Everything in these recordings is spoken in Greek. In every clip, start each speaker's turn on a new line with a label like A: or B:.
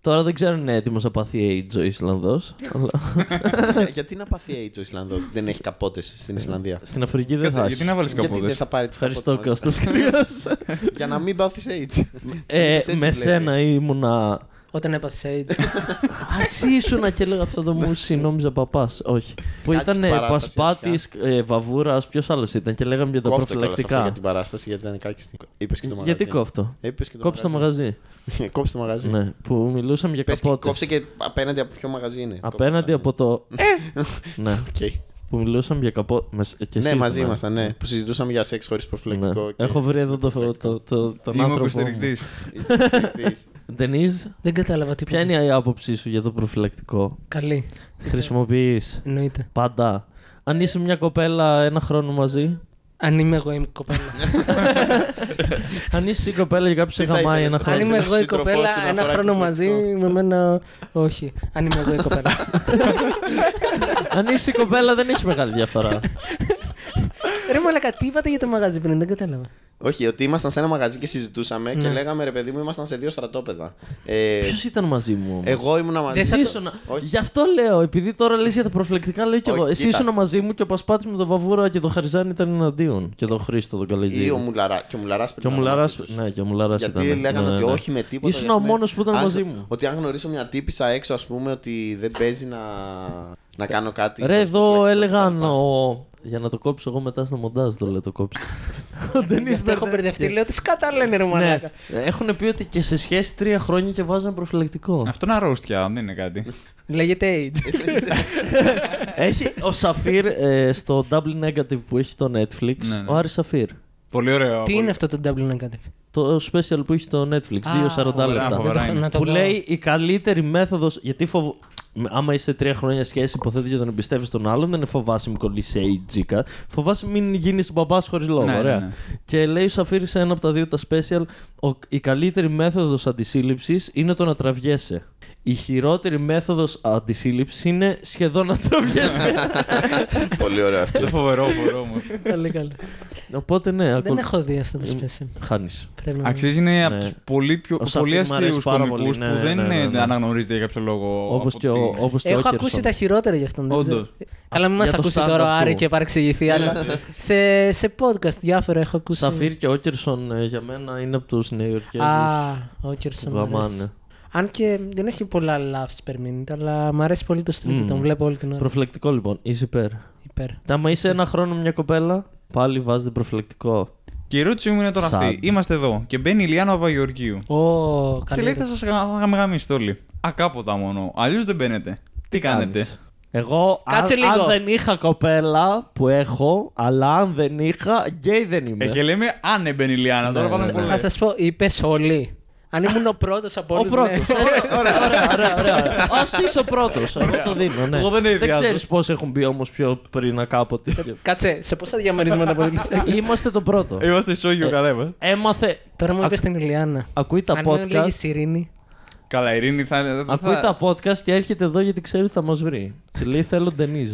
A: Τώρα δεν ξέρω αν είναι έτοιμος να πάθει AIDS ο Ισλανδός.
B: Για- Ναι, γιατί να πάθει AIDS ο Ισλανδός, δεν έχει καπότες στην Ισλανδία.
A: Στην Αφρική δεν θα
C: Κάτσε, γιατί
A: έχει.
C: να βάλεις
B: Γιατί δεν
C: καπούδε.
B: θα πάρεις τι
A: Ναι. Ευχαριστώ, Κώστας. Κρυός.
B: Για να μην πάθεις AIDS.
A: Ε,
B: Έτσι
A: Με
B: βλέπει.
A: σένα ήμουνα.
D: Όταν έπαθες AIDS.
A: Ας ήσουνα και έλεγα αυτό το μου συνόμιζα παπάς. Όχι. Που ε,
B: Κάτσε
A: ήταν
B: Ναι. στην παράσταση,
A: Πασπάτη, Βαβούρας, ποιος άλλος ήταν και λέγαμε για τα
B: Κόφτω κιόλας αυτό για
A: προφυλακτικά.
B: την παράσταση, γιατί ήταν κάκι. Είπες και το μαγαζί.
A: Γιατί κόφτω.
B: Είπες και το
A: Κόψε το
B: μαγαζί.
A: μαγαζί.
B: Κόψε το μαγαζί.
A: Ναι, που μιλούσαμε για
B: Πες και
A: καπότες.
B: κόψε και απέναντι από ποιο μαγαζί είναι.
A: Απέναντι από το. Ναι,
B: Οκ.
A: που μιλούσαμε για καπότε.
B: Ναι, μαζί ήμασταν, ναι. Που συζητούσαμε για σεξ χωρίς προφυλακτικό. και-
A: Ναι. Έχω βρει εδώ το- το- το- τον
C: Είμαι
A: άνθρωπο.
C: υποστηρικτή.
B: Είσαι υποστηρικτής.
A: Ντενίζ,
D: Δεν κατάλαβα τι
A: ποια
D: πω.
A: είναι η άποψή σου για το προφυλακτικό.
D: Καλή.
A: Χρησιμοποιείς
D: Εννοείται.
A: πάντα. Αν είσαι μια κοπέλα ένα χρόνο μαζί.
D: Αν είμαι εγώ η κοπέλα.
A: Αν είσαι η κοπέλα και κάποιος σε
B: Τι θα
A: γαμάει
B: ήθελες
A: ένα
B: να
D: Αν
A: χρόνο.
B: κάνεις?
D: είμαι
B: Σύντροφός
D: εγώ η
B: σου
D: κοπέλα
B: να
D: ένα
B: φοράει
D: χρόνο μαζί
B: προφυλακτικό.
D: με μένα. Όχι. Αν είμαι εγώ η κοπέλα.
A: Αν είσαι η κοπέλα δεν έχει μεγάλη διαφορά.
D: Ρε μαλακα, τι είπατε για το μαγαζί πριν, δεν κατάλαβα.
B: Όχι, ότι ήμασταν σε ένα μαγαζί και συζητούσαμε και
D: Ναι.
B: λέγαμε ρε παιδί μου, ήμασταν σε δύο στρατόπεδα. Ε,
A: Ποιος ήταν μαζί μου. όμως?
B: εγώ ήμουνα μαζί.
A: Εσύ
B: σου.
A: ήσουν.
B: Όχι.
A: Γι' αυτό λέω, επειδή τώρα λες για τα προφυλακτικά, λέω και
B: Όχι,
A: εγώ. Εσύ
B: κοίτα.
A: ήσουν μαζί μου και ο Πασπάτης με τον Βαβούρα και τον Χαριζάνη ήταν εναντίον. Και τον Χρήστο τον
B: Ή ο
A: Καλεζή.
B: Μουλαρά. Και ο Μουλαράς
A: Και ο Μουλαρά. Ναι, και ο Μουλαράς ήταν.
B: Γιατί λέγανε
A: Ναι, ναι,
B: ότι
A: ναι.
B: όχι με τίποτα.
A: Ήσουν
B: γιατί
A: ο
B: με-
A: μόνος που ήταν
B: αν-
A: μαζί μου.
B: Ότι αν γνωρίσω μια τύπησα έξω, ας πούμε, ότι δεν παίζει να, να κάνω κάτι.
A: Ρε,
B: χωρίς
A: εδώ
B: προφυλακτικό κτλ.
A: έλεγαν. ο- Για να το κόψω εγώ μετά στο μοντάζ το λέω το κόψω. Δεν
D: Γι' αυτό έχω μπερδευτεί. Λέω τι κατά λένε ρε
A: Ναι,
D: μαλακα.
A: έχουν πει ότι και σε σχέση τρία χρόνια και βάζουν προφυλακτικό.
C: Αυτό είναι αρρώστια, δεν είναι κάτι.
D: Λέγεται AIDS.
A: έχει ο Σαφίρ ε, στο Double Negative που έχει το Netflix.
C: Ναι, ναι.
A: Ο Άρης Σαφίρ.
C: Πολύ ωραίο.
D: Τι
C: πολύ-
D: είναι αυτό το Dublin Negative.
A: Το special που έχει το Netflix, 2,40
C: φοβερά,
A: λεπτά.
C: φοβερά.
D: Δεν το-
C: είναι.
D: να το
A: Που
D: δω.
A: λέει η καλύτερη μέθοδος. Γιατί φοβ... άμα είσαι τρία χρόνια σχέση, υποθέτω και τον εμπιστεύεις τον άλλον, δεν φοβάσαι μην κολλήσει η τζίκα. Φοβάσαι μην γίνεις μπαμπάς χωρίς λόγο.
C: Ναι, ναι,
A: ωραία.
C: ναι.
A: Και λέει, σου αφήρησε ένα από τα δύο τα special. Ο... Η καλύτερη μέθοδος αντισύλληψης είναι το να τραβιέσαι. Η χειρότερη μέθοδος αντισύλληψης είναι σχεδόν να τραβιέσαι.
B: Πολύ ωραίο
C: Το
B: αστείο.
C: φοβερό, φοβερό όμως.
D: Καλά, καλά.
A: Οπότε ναι,
D: Δεν
A: ακού...
D: έχω δει αυτό το special.
A: χάνεις.
D: Πρέπει να
C: Αξίζει είναι από
A: Ναι.
C: τους πολύ, πιο,
A: Ο Σαφίρ
C: πολύ
A: μου αρέσει
C: αστείου
A: πάρα
C: κωμικού
A: πολύ, ναι,
C: που δεν
A: ναι, ναι, ναι.
C: αναγνωρίζεται για κάποιο λόγο.
A: Όπως
C: από
A: και, ο...
C: τη-
A: όπως και ο
D: Έχω
A: Όκερσον.
D: ακούσει τα χειρότερα για αυτόν. δεν
C: Όντως.
D: ξέρω. Καλά, μην μα
A: για το
D: ακούσει
A: stand-up
D: τώρα ο Άρη
A: του. Ναι.
D: και παρεξηγηθεί, αλλά σε, σε podcast διάφορα έχω ακούσει.
A: Σαφίρ και Όκερσον ε, για μένα είναι από τους
D: Α,
A: Νεοϊορκέζου
D: ο
A: που
D: Όκερσον. μ' αρέσει.
A: γαμάνε.
D: Αν και δεν έχει πολλά laughs per minute, αλλά μου αρέσει πολύ το street,
A: Μμμ.
D: τον βλέπω όλη την ώρα.
A: Προφυλακτικό λοιπόν, είσαι υπέρ.
D: Υπέρ.
A: Άμα είσαι ένα χρόνο μια κοπέλα, πάλι βάζετε προφυλακτικό.
C: Και η ερώτησή μου είναι τώρα
A: Σαν.
C: αυτή. Είμαστε εδώ και μπαίνει η Λιάννα Παπαγεωργίου.
D: Ω,
C: Και
D: καλή
C: λέει θα σας γαμιγαμίσετε όλοι. Ακάποτα μόνο. Αλλιώς δεν μπαίνετε. Τι κάνετε.
A: Κάνεις. Εγώ
D: Κάτσε
A: αν,
D: λίγο.
A: αν δεν είχα κοπέλα που έχω, αλλά αν δεν είχα, γκέι δεν είμαι.
C: Ε, και λέμε αν έμπαινε η Λιάννα.
A: Ναι,
C: Τώρα πάμε
D: ερώτηση. Θα
C: πολλές.
D: σας πω, είπες όλοι. Αν ήμουν ο πρώτος από ναι.
A: Ο
D: όλου.
A: πρώτο. ναι. Ωραία, ωραία, ωραία. ωραία. Ας είσαι ο πρώτος. Εγώ το δίνω, ναι.
C: Εγώ δεν
A: δεν
C: εδιάζω.
A: ξέρεις πώς έχουν μπει όμως πιο πριν κάποτε.
D: Κάτσε, σε πόσα διαμερίσματα από την.
A: Είμαστε το πρώτο.
C: Είμαστε
A: Ε,
C: ισόγειο καλά είμαστε.
A: Έμαθε.
D: Τώρα μου
A: Α-
D: είπες την Ηλιάνα.
A: Ακούει τα
D: Αν δεν
A: podcast.
D: λέγει Ειρήνη.
C: Καλά, η Ειρήνη θα. θα-
A: Ακούει
C: θα-
A: τα podcast και έρχεται εδώ γιατί ξέρει ότι θα μας βρει. Και λέει θέλω Ντενίζ.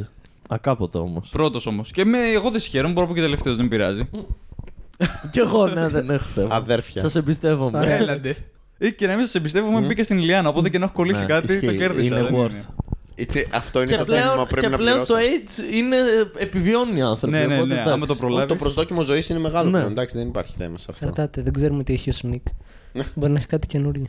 A: Ακάποτα όμω.
C: Πρώτο όμω. Και με, εγώ δεν συγχαίρομαι, μπορώ να πω και τελευταίος, δεν πειράζει.
A: Κι εγώ, ναι, δεν έχω θέμα.
B: Αδέρφια.
A: Σας
C: Ναι,
A: εμπιστεύομαι.
C: Έλατε. Ή Ε, και να μην σας εμπιστεύομαι, μπήκα στην Ηλιάνα. Οπότε και να έχω κολλήσει
A: Ναι,
C: κάτι,
A: ισχύει.
C: το κέρδισα.
A: Είναι
C: δεν
A: worth.
B: Είτε- Αυτό είναι
A: Και
B: το τίμημα
A: πλέον,
B: που πρέπει
A: και
B: να
A: πλέον το
B: πληρώσω.
A: AIDS είναι ε, επιβιώνει οι άνθρωποι.
C: Ναι, ναι,
A: οπότε
C: ναι.
A: εντάξει.
C: Άμα το
B: Όχι, Το
C: προλάβει.
B: προσδόκιμο ζωής είναι μεγάλο
A: Ναι.
B: πλέον. Εντάξει, δεν υπάρχει θέμα σε αυτό.
D: Εξαρτάται, δεν ξέρουμε τι έχει ο Σνικ. Μπορεί να έχει κάτι καινούργιο.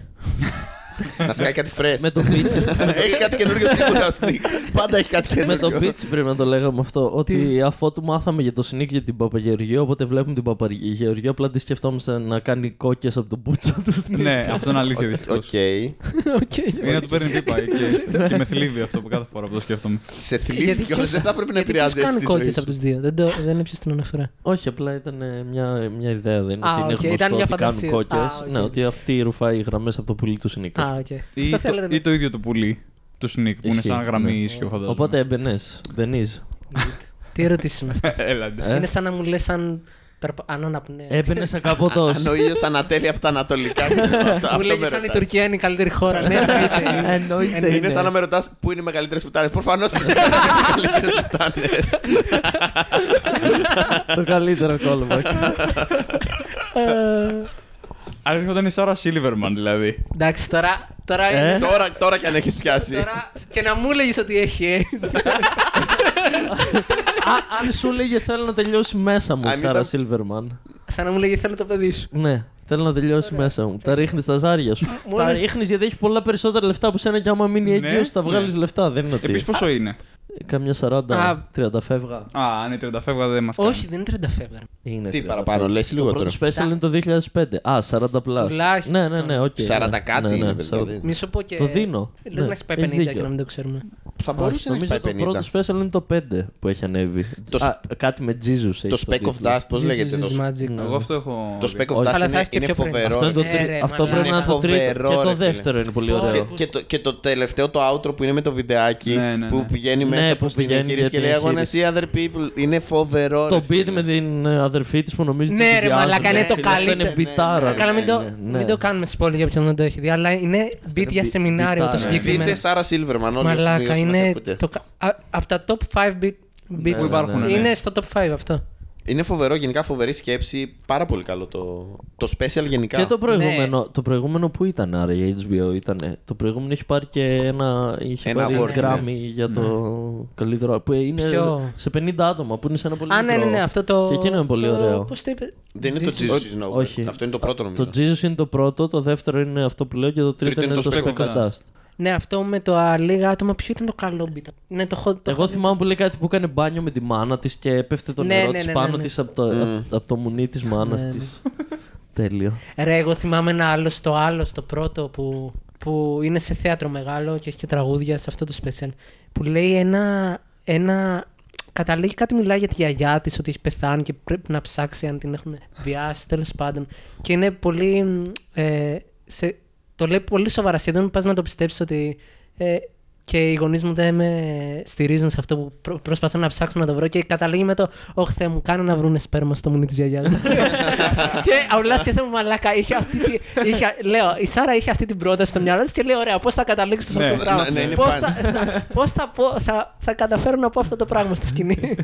B: Να σκάει κάτι φρέσκο.
A: Με το pitch,
B: έχει κάτι καινούριο σίγουρα ο Sneak. Πάντα έχει κάτι
A: με
B: καινούριο.
A: το pitch πρέπει να το λέγαμε αυτό. ότι αφότου μάθαμε για το Σνίκ και την Παπαγεωργίου, οπότε βλέπουμε την Παπαγεωργίου, απλά τη σκεφτόμαστε να κάνει κόκκες από τον πούτσα του Σνίκ.
C: Ναι, αυτό είναι αλήθεια δυστυχώς.
B: Οκ.
C: Είναι να του παίρνει πίπα και, και με θλίβει αυτό που κάθε φορά που το σκέφτομαι.
B: Σε
D: Γιατί
B: θλίβει κιόλα.
D: ποιος-
B: Δεν θα πρέπει να
D: γιατί
B: επηρεάζει
D: ποιος
B: έτσι
D: κάνει
B: τη ζωή
D: κόκκες
B: σου.
D: από τους δύο. Δεν, το, δεν έπιασε την αναφορά.
A: Όχι, απλά ήταν ε, μια, μια ιδέα. Δεν είναι
D: Α,
A: ότι είναι
D: οκ,
A: γνωστό
D: ήταν μια
A: ότι κάνουν
D: φαντασία.
A: κόκκες.
D: Α, οκ.
A: Ναι, ότι αυτή ρουφάει γραμμές από το πουλί του Σνίκ.
D: Α, οκ.
C: Ή
D: Αυτό
C: το,
D: θέλετε.
C: ή το ίδιο το πουλί του Σνικ που είναι
A: Ισχύει,
C: σαν γραμμή
A: ναι.
C: ίσιο φαντάζομαι.
A: Οπότε έμπαινες. Δεν είσαι.
D: Τι ερωτήσεις είναι αυτές.
C: Έλατε.
A: Ε.
D: Είναι σαν να μου λες αν. περπα- Αν αναπνέω.
A: Έμπαινες ακάποτο.
B: Αν ο ήλιος ανατέλει από τα ανατολικά. ξέρω, αυτό-
D: Μου
B: αυτό
D: λέγε
B: με
D: σαν η
B: ρωτάς.
D: Τουρκία είναι η καλύτερη χώρα. Ναι, εννοείται.
A: Εννοείται.
B: Είναι σαν να με ρωτάς πού είναι οι μεγαλύτερες πουτάνες. Προφανώς είναι οι μεγαλύτερες πουτάνες.
A: Το καλύτερο κόλμα.
C: Αν έρχονταν η Σάρα Σίλιβερμαν, δηλαδή.
D: Εντάξει, τώρα. Τώρα,
A: Ε.
D: είναι-
B: Τώρα, τώρα κι αν έχεις πιάσει.
D: τώρα- Και να μου έλεγες ότι έχει AIDS.
A: Α, αν σου λέγε θέλω να τελειώσει μέσα μου,
B: Αν
A: η Σάρα
B: ήταν-
A: Σίλβερμαν.
D: Σαν να μου λέγε θέλω το παιδί σου.
A: Ναι, θέλω να τελειώσει μέσα μου. Τα ρίχνεις στα ζάρια σου.
D: Μου
A: τα
D: έλεγε-
A: ρίχνεις γιατί έχει πολλά περισσότερα λεφτά από σένα και άμα μείνει
C: Ναι,
A: έγκυος θα
C: ναι.
A: βγάλεις λεφτά. Δεν είναι ότι. Ε,
C: Επίσης, πόσο είναι.
A: Καμιά 40-30
D: Α.
A: φεύγα.
C: Α, αν είναι 30 φεύγα δεν μας κάνει.
D: Όχι, δεν είναι 30 φεύγα.
A: Είναι
B: Τι
A: 30
B: παραπάνω,
A: φεύγα.
B: λες
A: Το
B: λιγότερο.
A: πρώτο special είναι το 2005. Α, 40 plus.
D: Τουλάχιστον.
A: Ναι, ναι, ναι, οκ.
B: 40
A: ναι.
B: κάτι
A: Ναι, ναι,
B: είναι, παιδιά,
A: 40.
B: δεν είναι.
D: Μη σου πω και.
A: Το δίνω.
D: Λε
A: Ναι,
D: να έχει πάει
A: έχεις
D: 50 και
A: δίκιο.
D: να μην το ξέρουμε.
B: Θα μπορούσε να έχει
A: Νομίζω
B: πάει
A: το
B: 50.
A: πρώτο special είναι το 5 που έχει ανέβει.
B: Το
A: Α, κάτι με Jesus. έχει
B: Το
A: στον
B: Speck of
A: τίτλο.
B: Dust, πώς
D: Jesus
B: λέγεται
D: is
B: το.
D: Magic.
C: Εγώ αυτό έχω.
B: Το Speck of
A: Όχι.
D: Αλλά
B: Dust
D: θα
B: είναι,
D: έχει και
B: είναι
D: πιο πριν.
A: Αυτό,
B: φοβερό.
A: είναι το
B: ρε.
D: Ε,
A: τρι-
D: ρε,
A: αυτό πρέπει να είναι το
B: μαλάκα.
A: τρίτο. Και
B: Φοβερό,
A: το
B: ρε, φίλε.
A: δεύτερο είναι πολύ ωραίο.
D: Ωραία.
B: Και, και το, και το τελευταίο, το outro που είναι με το βιντεάκι
C: Ναι, ναι, ναι.
B: που πηγαίνει
A: Ναι,
B: μέσα
A: που
B: από την
A: πηγαίνει
B: εγχείρηση
A: για
B: και λέει
A: την
B: Αγώνα ή
A: εγχείρηση.
B: other people. Είναι φοβερό.
A: Το
B: ρε,
A: beat
B: φίλε.
A: με την ε, αδερφή της που νομίζει
D: Ναι,
A: ότι
D: ρε,
A: βιάζονται.
D: μαλάκα, είναι
A: Ρε,
D: το
A: φίλε, Αυτό είναι
D: καλύτερο.
A: μπιτάρα.
B: Ναι, ναι,
D: Καλά,
A: ρε,
D: μην το,
A: ναι, ναι.
D: μην το κάνουμε spoiler για ποιον δεν το έχει δει, αλλά είναι beat για
A: μπι-
D: σεμινάριο
A: μπιτάρα.
D: το
B: Δείτε
D: συγκεκριμένο.
B: Σάρα Σίλβερμαν, όλοι
D: Μαλάκα, είναι
B: το...
D: το, από τα top 5 beat. beat
C: Που υπάρχουν, ναι.
D: Είναι στο top 5 αυτό.
B: Είναι φοβερό, γενικά φοβερή σκέψη. Πάρα πολύ καλό το, το special γενικά.
A: Και το προηγούμενο, το προηγούμενο που ήταν, άρα η HBO ήταν. Το προηγούμενο έχει πάρει και ένα, είχε
B: Ένα
A: πάρει
B: award, ναι.
A: Grammy για το καλύτερο. Που είναι
D: Ποιο?
A: σε 50 άτομα, που είναι σε ένα πολύ
D: Α, ναι,
A: μικρό.
D: ναι, ναι, αυτό το.
A: Και εκείνο είναι πολύ
D: το-
A: ωραίο.
D: πώς το είπε.
B: Δεν είναι το
D: Jesus.
B: Jesus is Nowhere.
A: Όχι.
B: Αυτό είναι το πρώτο νομίζω.
A: Το Jesus είναι το πρώτο, το δεύτερο είναι αυτό που λέω και το τρίτο, είναι, το Speck of Dust.
D: Ναι, αυτό με το α, λίγα άτομα. Ποιο ήταν το καλό beat. Ναι, το hot. το
A: Εγώ
D: hot-
A: θυμάμαι που λέει κάτι που έκανε μπάνιο με τη μάνα της και έπεφτε το
D: Ναι,
A: νερό
D: ναι,
A: της
D: ναι,
A: πάνω
D: ναι, ναι.
A: της από το, απ- απ' το μουνί της μάνας της. Τέλειο.
D: Ρε, εγώ θυμάμαι ένα άλλο στο άλλο, στο πρώτο που, που είναι σε θέατρο μεγάλο και έχει και τραγούδια σε αυτό το special. Που λέει ένα. ένα καταλήγει κάτι, μιλάει για τη γιαγιά της, ότι έχει πεθάνει και πρέπει να ψάξει αν την έχουν βιάσει, τέλος πάντων. Και είναι πολύ. μ, Ε, σε, το λέει πολύ σοβαρά. Σχεδόν πας να το πιστέψεις ότι. Ε, και οι γονείς μου δεν με στηρίζουν σε αυτό που προ- προσπαθώ να ψάξω να το βρω και καταλήγει με το «Ωχ, Θεέ μου, κάνε να βρούνε σπέρμα στο μουνί της γιαγιάς μου». και απλά σκέφτομαι μαλάκα. Είχε αυτή τη, είχε, λέω, η Σάρα είχε αυτή την πρόταση στο μυαλό της και λέει: Ωραία, πώς θα καταλήξω σε αυτό
C: Ναι,
D: το πράγμα.
B: ναι, ναι, είναι
D: Πώς θα,
B: punch.
D: θα, πώς θα, πω- θα, θα καταφέρω να πω αυτό το πράγμα στη σκηνή.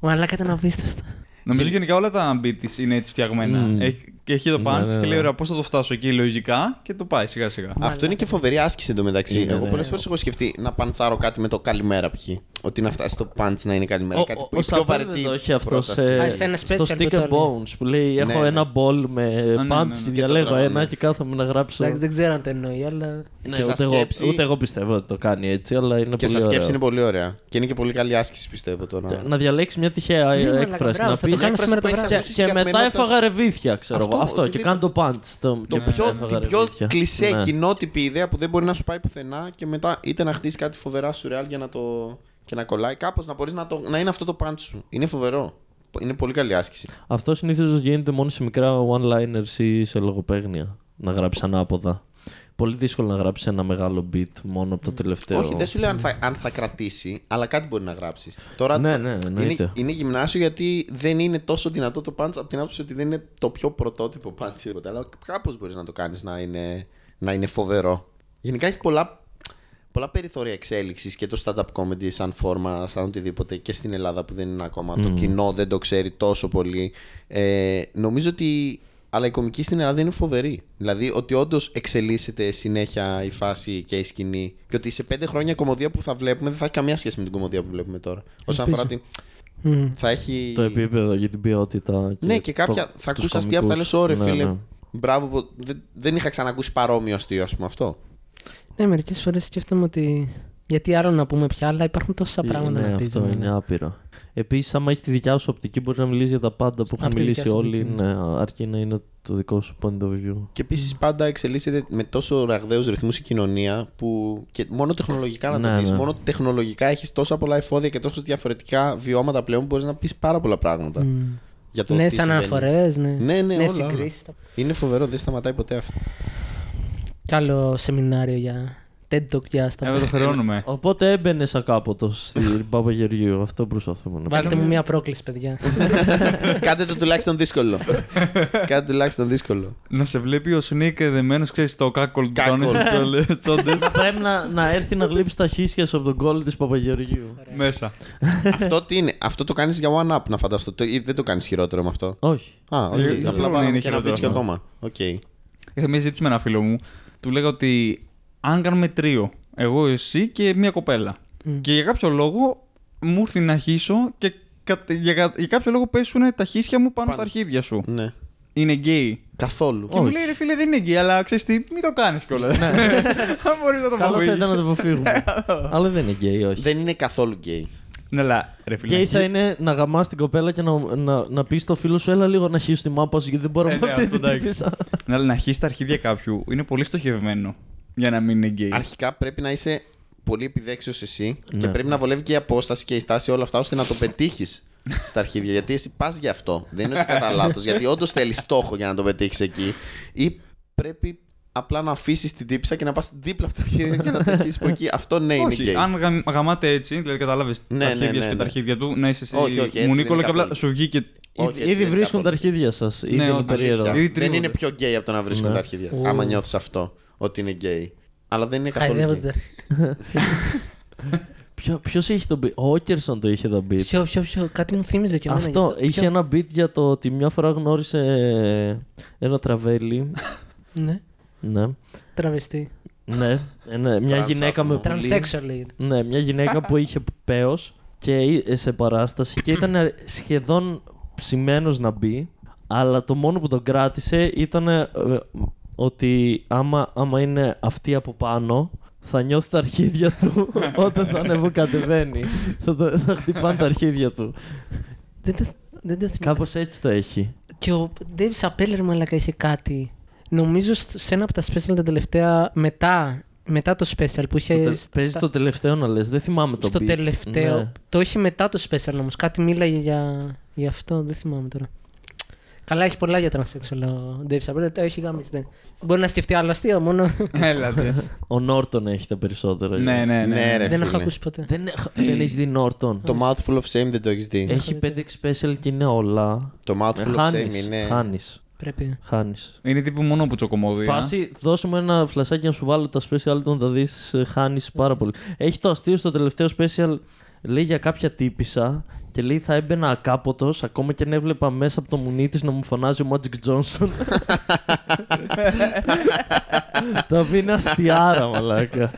D: μαλάκα ήταν απίστευτο.
C: Νομίζω γενικά όλα τα beat της είναι έτσι φτιαγμένα.
A: Μμμ.
C: Έχει- Και έχει το
A: Ναι,
C: punch
A: ναι,
C: και λέει:
A: ναι.
C: Ωραία, πώς θα το φτάσω εκεί λογικά και το πάει σιγά σιγά.
B: Αυτό είναι και φοβερή άσκηση εντωμεταξύ.
A: Είναι,
B: Εγώ
A: ναι.
B: πολλές φορές έχω σκεφτεί να παντσάρω κάτι με το καλημέρα π.χ. Ότι να φτάσει το punch να είναι καλημέρα.
A: Ο-
B: κάτι
A: ο-
B: που
A: ο
B: η πιο
A: Σατήρ
B: βαρετή.
A: δεν το έχει ε, αυτό
B: πρόταση.
A: σε,
D: Α, σε ένα
A: στο
D: special που το
A: Sticker
D: λέει.
A: Bones που λέει έχω
B: ναι.
A: ένα μπολ με
C: ναι, ναι,
A: punch
C: ναι.
A: και
B: Και το
A: διαλέγω
B: τραβάμε.
A: ένα και κάθομαι να γράψω.
D: Εντάξει, δεν ξέρω αν το εννοεί, αλλά.
A: Ναι,
B: Και σαν
A: ούτε, εγώ,
B: σκέψη-
A: ούτε εγώ πιστεύω ότι το κάνει έτσι, αλλά είναι
B: Και
A: πολύ
B: σαν σκέψη είναι
A: ωραίο.
B: πολύ ωραία. Και είναι και πολύ καλή άσκηση πιστεύω τώρα.
A: Να διαλέξεις μια τυχαία
D: Ναι, μαλάκα,
A: έκφραση.
D: μπράβο,
A: να
D: θα το
A: πεις-
D: κάνω σήμερα το
B: Έκφραση που
D: βράδυ.
B: έχεις
A: και, και
B: ακούσει στην
A: μετά
B: καθημερινότητας
A: έφαγα ρεβίθια, ξέρω
B: Αυτό,
A: εγώ. Αυτό. Και
B: οτιδήποτε.
A: κάνω το punch. Το,
B: Το
A: και
B: πιο,
A: έφαγα
B: την πιο
A: ρεβίθια.
B: κλεισέ
A: Ναι.
B: κοινότυπη ιδέα που δεν μπορεί να σου πάει πουθενά και μετά είτε να χτίσει κάτι φοβερά σουρεάλ για να το. και να κολλάει. Κάπως να μπορείς να, το... να είναι αυτό το punch σου. Είναι φοβερό. Είναι πολύ καλή άσκηση.
A: Αυτό συνήθως γίνεται μόνο σε μικρά one-liners ή σε λογοπαίγνια. Να γράψει ανάποδα. Πολύ δύσκολο να γράψεις ένα μεγάλο beat μόνο από το τελευταίο.
B: Όχι, δεν σου λέω αν θα, αν θα κρατήσει, αλλά κάτι μπορεί να γράψεις. Τώρα
A: Ναι,
B: το-
A: ναι, εννοείται.
B: είναι, είναι γυμνάσιο γιατί δεν είναι τόσο δυνατό το punch από την άποψη ότι δεν είναι το πιο πρωτότυπο punch. ή τίποτα, Αλλά κάπως μπορείς να το κάνεις να είναι, να είναι φοβερό. Γενικά έχεις πολλά, πολλά περιθώρια εξέλιξης και το stand-up comedy σαν φόρμα, σαν οτιδήποτε και στην Ελλάδα που δεν είναι ακόμα. Το κοινό δεν το ξέρει τόσο πολύ. Ε, νομίζω ότι. Αλλά η κομική στην Ελλάδα είναι φοβερή. Δηλαδή ότι όντως εξελίσσεται συνέχεια η φάση και η σκηνή. Και ότι σε πέντε χρόνια η κομμωδία που θα βλέπουμε δεν θα έχει καμία σχέση με την κομμωδία που βλέπουμε τώρα. Όσον αφορά ότι
D: Μμμ.
B: θα έχει.
A: Το επίπεδο για την ποιότητα.
B: Ναι, και κάποια.
A: το-
B: θα
A: τους
B: ακούσει αστεία που θα λες:
A: κωμικούς.
B: Ωρε,
A: Ναι,
B: φίλε.
A: ναι.
B: Μπράβο, που δεν, δεν είχα ξανακούσει παρόμοιο αστείο, ας πούμε αυτό.
D: Ναι, μερικές φορές σκέφτομαι ότι. Γιατί άλλο να πούμε πια, αλλά υπάρχουν τόσα πράγματα
A: ναι,
D: να πεις.
A: αυτό είναι άπειρο. Επίσης, άμα έχει τη δικιά σου οπτική, μπορείς να μιλήσεις για τα πάντα που έχουν
D: Απ' τη δικιά
A: μιλήσει
D: σου
A: όλοι.
D: οπτική,
A: Ναι, αρκεί να είναι το δικό σου point of view.
B: Και επίσης πάντα εξελίσσεται με τόσο ραγδαίους ρυθμούς η κοινωνία που. Και μόνο τεχνολογικά να
A: Ναι,
B: το πεις.
A: ναι.
B: Μόνο τεχνολογικά έχεις τόσα πολλά εφόδια και τόσο διαφορετικά βιώματα πλέον που μπορείς να πεις πάρα πολλά πράγματα. Για το
D: Νέε
B: τι συμβαίνει.
D: αναφορές, ναι.
B: Ναι, ναι,
D: Νέες
B: όλα, όλα.
D: συγκρίσεις.
B: Είναι φοβερό, δεν σταματάει ποτέ αυτό.
D: Καλό σεμινάριο για TED Talk για
C: Ε, με
D: στα
C: το χρεώνουμε.
A: Οπότε έμπαινε σαν κάποτε στην Πάπα Γεωργίου. Αυτό προσπαθούμε να
D: Βάλτε
A: πούμε.
D: μου μια πρόκληση, παιδιά.
B: Κάντε το τουλάχιστον δύσκολο. Κάντε το τουλάχιστον δύσκολο.
C: Να σε βλέπει ο Σνίκ δεμένο, ξέρεις το κάκολ που
B: Κάκολ.
C: κάνει στι τσόντες
A: Πρέπει να, να έρθει να γλύψει τα χίσια σου από τον κόλλο της Παπαγεωργίου.
C: μέσα.
B: αυτό τι είναι, αυτό το κάνεις για one-up να φανταστώ. Το- ή Δεν το κάνεις χειρότερο με αυτό.
A: Όχι.
B: Α, οκ.
C: Ε, δεν
B: Απλά
C: είναι
B: βάλαμε και ένα
C: χειρότερο. ναι.
B: βίτσιο ακόμα. Οκ.
C: Είχα μια συζήτηση με ένα φίλο μου. Του λέγα ότι αν κάνουμε τρίο, εγώ, εσύ και μια κοπέλα. Και για κάποιο λόγο μου ήρθε να χύσω και κα- για, κα- για κάποιο λόγο πέσουν τα χίσια μου πάνω, στα αρχίδια σου.
B: Ναι.
C: Είναι γκέι.
B: Καθόλου.
C: Και μου λέει ρε φίλε δεν είναι γκέι, αλλά ξέρεις τι, μην το κάνεις κιόλας. Αν μπορείς να το
A: Καλό θα
C: αποφύγεις.
A: ήταν Ναι. να το αποφύγουμε. Αλλά δεν είναι γκέι, όχι.
B: Δεν είναι καθόλου γκέι.
C: Ναι, αλλά ρε φίλε.
A: Γκέι
C: να
A: θα είναι να γαμάς την κοπέλα και να, να, να πεις στο φίλο σου, έλα λίγο να χύσει τη μάπα σου, γιατί δεν μπορώ
C: Ε,
A: με
C: ναι,
A: αυτή
C: αυτό
A: την
C: εντάξει.
A: τύπησα.
C: Ναι, αλλά να χύσει τα αρχίδια κάποιου είναι πολύ στοχευμένο για να μην είναι γκέι.
B: Αρχικά πρέπει να είσαι πολύ επιδέξιος εσύ και
A: Ναι.
B: πρέπει να βολεύει και η απόσταση και η στάση όλα αυτά ώστε να το πετύχεις στα αρχίδια. Γιατί εσύ πας γι' αυτό. Δεν είναι ότι κατά λάθος. γιατί όντως θέλεις στόχο για να το πετύχεις εκεί. Ή πρέπει απλά να αφήσεις την τύψα και να πας δίπλα από τα αρχίδια και να το χύσει από εκεί. Αυτό ναι είναι
C: Όχι,
B: γκέι.
C: αν γαμ- γαμάτε έτσι, δηλαδή κατάλαβε
B: Ναι, ναι,
C: τα αρχίδια
B: ναι,
C: σου και
B: ναι.
C: τα αρχίδια του, να είσαι εσύ
B: Όχι, όχι, έτσι δεν
C: μου Νίκολα
B: είναι
C: και απλά
B: καθόλου.
C: σου βγει και.
B: Όχι, έτσι δεν
A: Ήδη
B: είναι
A: βρίσκουν τα
B: καθόλου.
A: αρχίδια σας. Ήδη
C: Ναι,
A: είναι
C: όντως.
A: περίεργο.
B: Αλήθεια.
C: Ήδη
B: Δεν
C: τρίβονται.
B: είναι πιο γκέι από το να βρίσκουν
A: Ναι.
B: τα αρχίδια.
D: Ου.
B: Άμα νιώθεις αυτό ότι είναι γκέι. Αλλά δεν είναι καθόλου. γκέι.
D: Χαϊδεύονται.
A: Ποιο είχε τον beat. Ο Όκερσον το είχε τον beat.
D: Ποιο, ποιο, ποιο. Κάτι μου θύμιζε κι εμένα. γι'
A: Αυτό είχε
D: Ποιο?
A: ένα beat για το ότι μια φορά γνώρισε ένα τραβέλι.
D: Ναι,
A: ναι.
D: τραβεστή.
A: Ναι, ε, ναι, μια
B: Trans
A: γυναίκα με
B: άτομο.
A: πουλί.
D: Transsexual λέγεται.
A: Ναι, μια γυναίκα που είχε πέος και ε, σε παράσταση και ήταν σχεδόν ψημένος να μπει, αλλά το μόνο που τον κράτησε ήταν ε, ε, ότι άμα, άμα είναι αυτή από πάνω, θα νιώθει τα αρχίδια του όταν θα ανεβοκατεβαίνει. θα, το, θα χτυπάνε τα αρχίδια του.
D: Δεν το, δεν το θυμάμαι.
A: Κάπως έτσι τα έχει.
D: Και ο Dave Chappelle, ρε μαλάκα, είχε κάτι. Νομίζω σ- σε ένα από τα special τα τελευταία, μετά, μετά το special που είχε...
A: Το τε-
D: στα-
A: Παίζει το τελευταίο να λες, δεν θυμάμαι το
D: στο
A: beat.
D: τελευταίο.
A: Ναι.
D: Το είχε μετά το special όμως. Κάτι μίλαγε για, για αυτό, δεν θυμάμαι τώρα. Καλά, έχει πολλά για transsexual ο Dave Chappelle, τα έχει γάμισει. δεν- Μπορεί να σκεφτεί άλλο αστείο, μόνο
C: Έλατε.
A: Ο Νόρτον έχει τα περισσότερα.
C: Ναι, ναι,
B: Ναι,
C: ναι.
B: ρε.
D: δεν έχω
B: φίλε.
D: ακούσει ποτέ.
A: Δεν, έχ- δεν έχεις δει Νόρτον.
B: Το mouthful of shame δεν το έχεις δει.
A: Έχει 5-6 special και είναι όλα. Ε,
B: Το mouthful of shame
A: Χάνεις,
B: είναι.
A: χάνεις,
D: Πρέπει.
A: χάνεις.
C: Είναι τύπου μόνο που τσοκομόδι.
A: Φάση, δώσε μου ένα φλασάκι να σου βάλω τα special του να τα δεις, ε, χάνεις πάρα πολύ. Έχει το αστείο στο τελευταίο special, λέει για κάποια τύπησα και λέει θα έμπαινα ακάποτος, ακόμα και αν έβλεπα μέσα από το μουνί της να μου φωνάζει ο Magic Johnson. Τα οποία είναι αστιάρα, μαλάκα.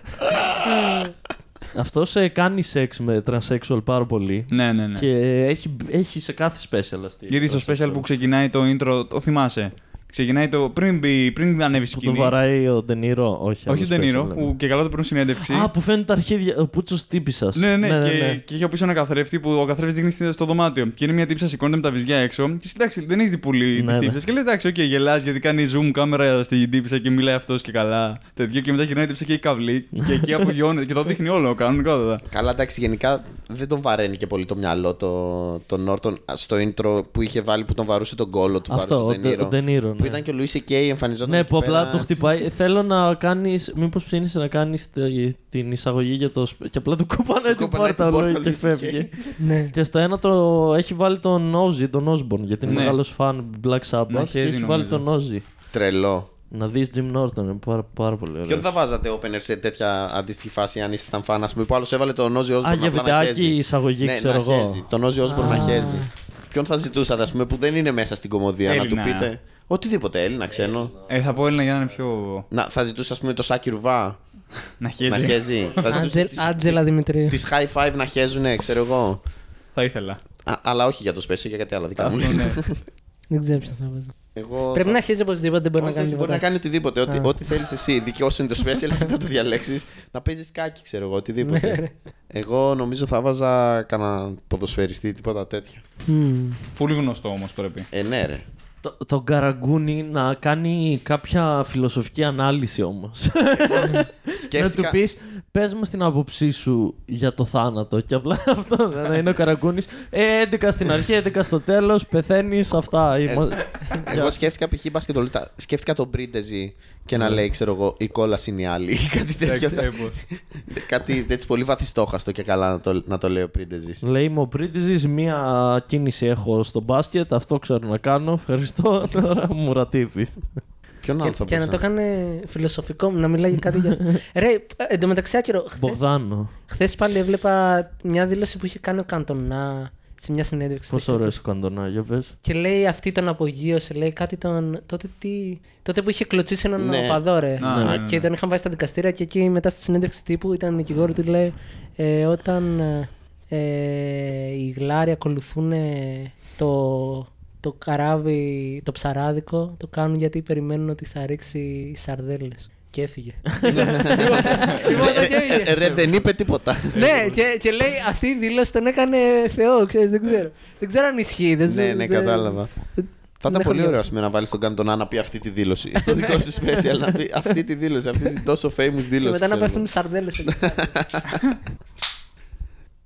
A: Αυτό σε κάνει σεξ με transsexual πάρα πολύ.
C: Ναι, ναι, ναι.
A: Και έχει, έχει σε κάθε special αστείο.
C: Γιατί στο special που ξεκινάει το intro, το θυμάσαι. Ξεκινάει το πριν, μπει, πριν ανέβει
A: Που το
C: σκηνή.
A: βαράει ο Ντενίρο, όχι.
C: Όχι
A: άλλος
C: τον Τενήρο,
A: special,
C: που και καλά το παίρνουν συνέντευξη.
A: ναι. δηλαδή. Α, που φαίνεται τα αρχίδια. Ο Πούτσος τύπη σα.
C: Ναι, ναι, και, και είχε πίσω ένα καθρέφτη που ο καθρέφτης δείχνει στη- στο δωμάτιο. Και είναι μια τύψα, σηκώνεται με τα βυζιά έξω. Και εντάξει, δεν έχει δει πολύ
A: Ναι,
C: τη
A: ναι.
C: τύψα. Και λέει εντάξει, οκ, okay, γελάς γιατί κάνει zoom κάμερα στην τύψα και μιλάει αυτός και καλά. Τέτοιο και μετά γυρνάει η τύψα και έχει καβλή. Και εκεί απογειώνεται και το δείχνει όλο κανονικότατα.
B: Καλά, εντάξει, γενικά δεν τον βαραίνει και πολύ το μυαλό το, τον Νόρτον α, στο intro που είχε βάλει που τον βαρούσε τον κόλο του. βάρουσε
A: Αυτό, ο
B: τον
A: Ντε- ο
B: Ντενίρο.
A: Ντενίρο.
B: Που
A: ναι.
B: ήταν και ο Λουίς Κέι εμφανιζόταν.
A: Ναι,
B: εκεί
A: που απλά
B: πέρα.
A: το χτυπάει. Θέλω να κάνεις. Μήπως ψήνεσαι να κάνεις την εισαγωγή για το. σπ- Και απλά του κοπανάει
B: Του
A: την
B: κοπανάει
A: πόρτα
B: την πόρτα,
A: όλο και
B: λες,
A: φεύγει.
D: Ναι.
A: Και στο ένα το έχει βάλει τον Όζι, τον Όσμπορν, γιατί είναι
C: Ναι.
A: μεγάλος φαν Black
C: Ναι,
A: Sabbath. Και
C: χέζει,
A: έχει βάλει
C: νομίζω.
A: τον Όζι.
B: Τρελό.
A: Να δεις Jim Norton, είναι πάρα, πάρα πολύ
B: Ποιον
A: ωραίο.
B: θα βάζατε opener σε τέτοια αντίστοιχη φάση, αν ήσασταν φαν, ας πούμε, που άλλος έβαλε τον Όζι Όσμπορν.
A: Α, για βιντεάκι εισαγωγή, ξέρω εγώ.
B: Ναι, Τον Όζι Όσμπορν να
D: Α.
B: χέζει. Ποιον θα ζητούσατε, ας πούμε, που δεν είναι μέσα στην κομμωδία, να του
C: Έλληνα.
B: πείτε. Οτιδήποτε Έλληνα, ξένο.
C: Ε, θα πω Έλληνα για να είναι πιο.
B: Να, θα ζητούσε, ας πούμε, το Σάκι Ρουβά
C: να
B: να
C: χέζει.
B: χέζει. θα ζητούσε
D: Άντζελ- Άντζελα Δημητρίου.
B: τις high five να χέζουνε, ξέρω εγώ.
C: θα ήθελα.
B: Α, αλλά όχι για το special, για κάτι άλλο. Δικά μου.
C: Αυτό, ναι.
D: Δεν ξέρω ποιο θα βάζω.
B: Εγώ
D: Πρέπει
B: θα-
D: να χέζει οπωσδήποτε, δεν μπορεί να
B: Όχι,
D: κάνει
B: όχι, μπορεί να
D: τίποτα.
B: κάνει οτιδήποτε. Ό,τι,
D: Α.
B: ό,τι θέλεις εσύ. Δική όσο είναι το special, εσύ να το διαλέξεις. Να παίζεις κάκι, ξέρω εγώ,
D: Ναι,
B: οτιδήποτε. εγώ νομίζω θα βάζα κανένα ποδοσφαιριστή, τίποτα τέτοιο.
D: Μμμ.
C: Φουλ γνωστό όμως πρέπει.
B: Ε, ναι, ρε.
A: Το, τον Καραγκούνι να κάνει κάποια φιλοσοφική ανάλυση όμως. να του
B: Σκέφτηκα.
A: πεις, πες μας την άποψή σου για το θάνατο και απλά αυτό να είναι ο Καραγκούνης. Ε, 11 στην αρχή, 11 στο τέλος, πεθαίνεις,
B: Ε,
A: αυτά. Είμα-
B: Εγώ σκέφτηκα π.χ. μπασκετολίτα. Σκέφτηκα τον Μπρίντεζι και
D: Ναι.
B: να λέει, ξέρω εγώ, η κόλα είναι η άλλη. ή κάτι τέτοιο.
C: Εντάξει, ναι. έπως.
B: κάτι έτσι πολύ βαθιστόχαστο και καλά να το, να το λέει ο Μπρίντεζι.
D: Ναι.
A: Λέει μου ο Πρίτιζης, μία κίνηση έχω στο μπάσκετ, αυτό ξέρω να κάνω, ευχαριστώ, τώρα μου ρατήθεις.
B: Ποιον
D: Και,
B: άλλο θα
D: και να το
B: μπορούσα.
D: κάνει φιλοσοφικό, να μιλάει για κάτι για αυτό. Ρε, εντωμεταξύ άκυρο, χθες-
A: Μπογδάνο.
D: χθες πάλι έβλεπα μια δήλωση που είχε κάνει ο Καντονά σε μια συνέντευξη.
A: Πόσο
D: στο
A: ωραίος σου καντονά, για πες.
D: Και λέει αυτή τον απογείωσε, λέει κάτι τον. Τότε, τι... τότε που είχε κλωτσίσει έναν
B: Ναι.
D: οπαδό, ρε.
C: Ναι, ναι, ναι.
D: Και τον είχαν βάλει στα δικαστήρια και εκεί μετά στη συνέντευξη τύπου ήταν η δικηγόρη του, λέει ε, Όταν ε, οι γλάροι ακολουθούν ε, το, το καράβι, το ψαράδικο, το κάνουν γιατί περιμένουν ότι θα ρίξει σαρδέλες. Και έφυγε. Λοιπόν, και έφυγε.
B: Ε, Ρε, δεν είπε τίποτα.
C: Ε,
D: Ναι, και, και λέει αυτή η δήλωση τον έκανε Θεό, ξέρεις, δεν ξέρω. Δεν ξέρω αν ισχύει. Δεν,
B: Ναι, ναι,
D: δεν-
B: κατάλαβα. Θα ήταν
D: έχω
B: πολύ
D: δει.
B: ωραίο ας πούμε, να βάλεις τον Καντονά να πει αυτή τη δήλωση. Στο δικό σου special να πει αυτή τη δήλωση, αυτή την τόσο famous δήλωση.
D: Και μετά να
B: ξέρω εγώ.
D: πέφτουν σαρδέλες.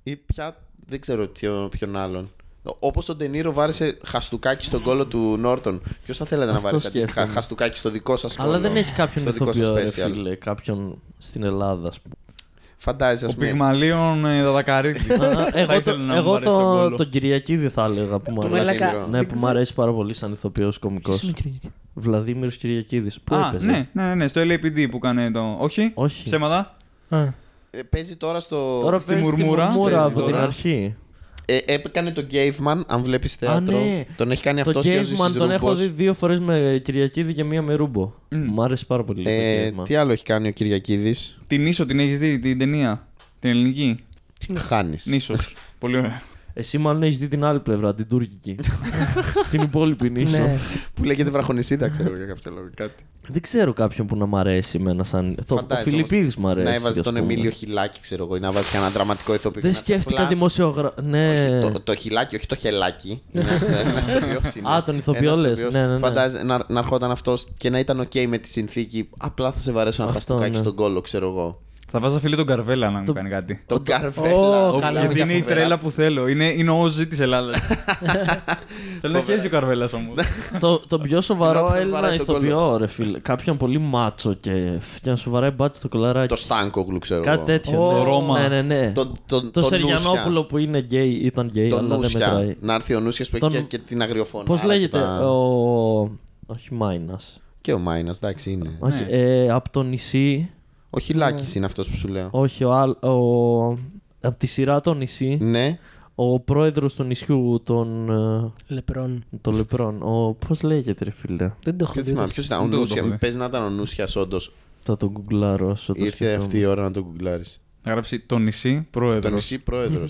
B: Ή πια δεν ξέρω ποιο, ποιον άλλον. Όπως ο Ντενίρο βάρεσε χαστούκάκι στον κόλο του Νόρτον. Ποιος θα θέλετε να
A: Αυτό
B: βάρεσε αντίστοιχα
A: σκέφτομαι.
B: χαστούκάκι στο δικό σας κόλλο.
A: Αλλά δεν έχει κάποιον
B: στο δικό σας
A: ηθοποιό, ρε
B: special.
A: φίλε, κάποιον στην Ελλάδα, ας πούμε.
B: Φαντάζεσαι, ας
C: Ο
B: πούμε.
C: πυγμαλίων ε, δακαρίδης.
A: Α,
C: Θα
A: εγώ το,
C: ήθελα να μου
A: εγώ
C: βαρέσει τον
A: το,
C: κόλλο.
A: τον Κυριακίδη θα έλεγα που μου
D: Το
A: αρέσει.
B: Μαλάκα,
D: μαλακά.
A: Ναι, που μου αρέσει πάρα πολύ σαν ηθοποιός κωμικό. Βλαδίμηρος Κυριακίδης. Πού
C: Α,
A: έπαιζε.
C: ναι, ναι, ναι, στο LAPD που κάνει το. Όχι,
A: Όχι.
C: ψέματα.
B: Ε, Παίζει τώρα στο.
A: Τώρα
C: Στη
A: παίζει τη
C: Μουρμούρα.
A: μουρμούρα
C: Παίζει
A: από την
C: τώρα.
A: αρχή.
B: Ε, έπαικανε τον Γκέιβμαν, αν βλέπεις θέατρο.
A: ναι.
B: Τον έχει κάνει
A: Το
B: αυτός και ο
A: Caveman
B: Ζήσης
A: τον έχω
B: Ρούμπος.
A: δει δύο φορές με Κυριακίδη και μία με Ρούμπο. Μου άρεσε πάρα πολύ. το
B: Ε,
A: Caveman.
B: τι άλλο έχει κάνει ο Κυριακίδης.
C: Την ίσο την έχεις δει, την ταινία. Την ελληνική.
B: Χάνεις.
C: Νίσος. Πολύ ωραία.
A: Εσύ μάλλον έχεις δει την άλλη πλευρά, την τουρκική. την υπόλοιπη νήσο.
D: Ναι.
B: Που λέγεται Βραχονισίδα, ξέρω εγώ για κάποιο λόγο. Κάτι.
A: Δεν ξέρω κάποιον που να μ' αρέσει εμένα σαν. Το, ο
B: Φαντάζεσαι
A: Φιλιππίδης
B: όμως
A: μ' αρέσει.
B: Να έβαζε
A: ας
B: τον
A: πούμε.
B: Εμίλιο Χιλάκη, ξέρω εγώ, ή να βάζει και έναν δραματικό ηθοποιό.
A: Δεν
B: Να-
A: σκέφτηκα
B: απλά-
A: δημοσιογράφο. Ναι.
B: Όχι, το, το χιλάκι, όχι το χελάκι. Ένα αστείο είναι.
A: Α, τον ηθοποιό
B: Ένας
A: λες.
B: ηθοποιός.
A: Ναι, ναι, ναι.
B: Φαντάζε να, να ερχόταν αυτός και να ήταν OK με τη συνθήκη. Απλά θα σε βαρέσω ένα
A: Αυτό,
B: χαστούκάκι
A: ναι.
B: στον κόλο, ξέρω εγώ.
C: Θα βάζω φίλο τον Καρβέλα να μου κάνει κάτι.
B: Τον Καρβέλα.
D: Ω,
B: μιλάμε
D: καλά.
B: για
C: Γιατί είναι η
B: φοβερά.
C: τρέλα που θέλω. Είναι, είναι ο Όζη της Ελλάδας. Θέλω να χέσει ο Καρβέλας όμως.
A: το, το πιο
B: Να
A: σοβαρό
B: βαράει
A: Έλληνα
B: στον κόλλο.
A: ηθοποιό, ρε φίλε. Κάποιον πολύ μάτσο και, και να σου βαράει μπάτσι στο κολαράκι.
B: Το Στάνκογλου, ξέρω
A: Κάτι
B: εγώ.
A: τέτοιο.
C: Ω,
A: ναι.
C: Ρώμα.
A: Ναι, ναι, ναι.
B: Τον- τον-
A: Το
B: τον
A: Σεριανόπουλο
B: Νούσια.
A: που είναι γκέι, ήταν γκέι,
B: Τον
A: αλλά δεν μετράει.
B: Νούσια. Ναι, Να έρθει ο Νούσιας που έχει
A: Τον-
B: και, και την αγριοφόνα.
A: Πώς
B: άρα
A: λέγεται
B: Και, τα-
A: ο. Όχι, Μάινας.
B: και ο Μάινας, εντάξει είναι.
A: Όχι, ε, από το νησί.
B: Ο Χιλάκης είναι αυτός που σου λέω.
A: Όχι, ο, άλλ- ο... από τη σειρά το νησί.
B: Ναι.
A: Ο πρόεδρος του νησιού των. ε,
D: Λεπρών.
A: των Λεπρών. Ο... Πώς λέγεται, ρε φίλε.
D: Δεν το έχω
B: Ποιο
D: δει.
B: θυμάμαι, ποιο ήταν. Ο
C: Δεν το έχω δει.
B: Νούσια. Παίζει να ήταν ο Νούσια, όντως.
A: Θα τον γκουγκλάρω όσο το
B: Ήρθε
A: σκεφτόμουν.
B: αυτή η ώρα να τον κουκλάρεις.
C: Να γράψει το νησί
B: Το
C: πρόεδρο.
B: νησί πρόεδρο.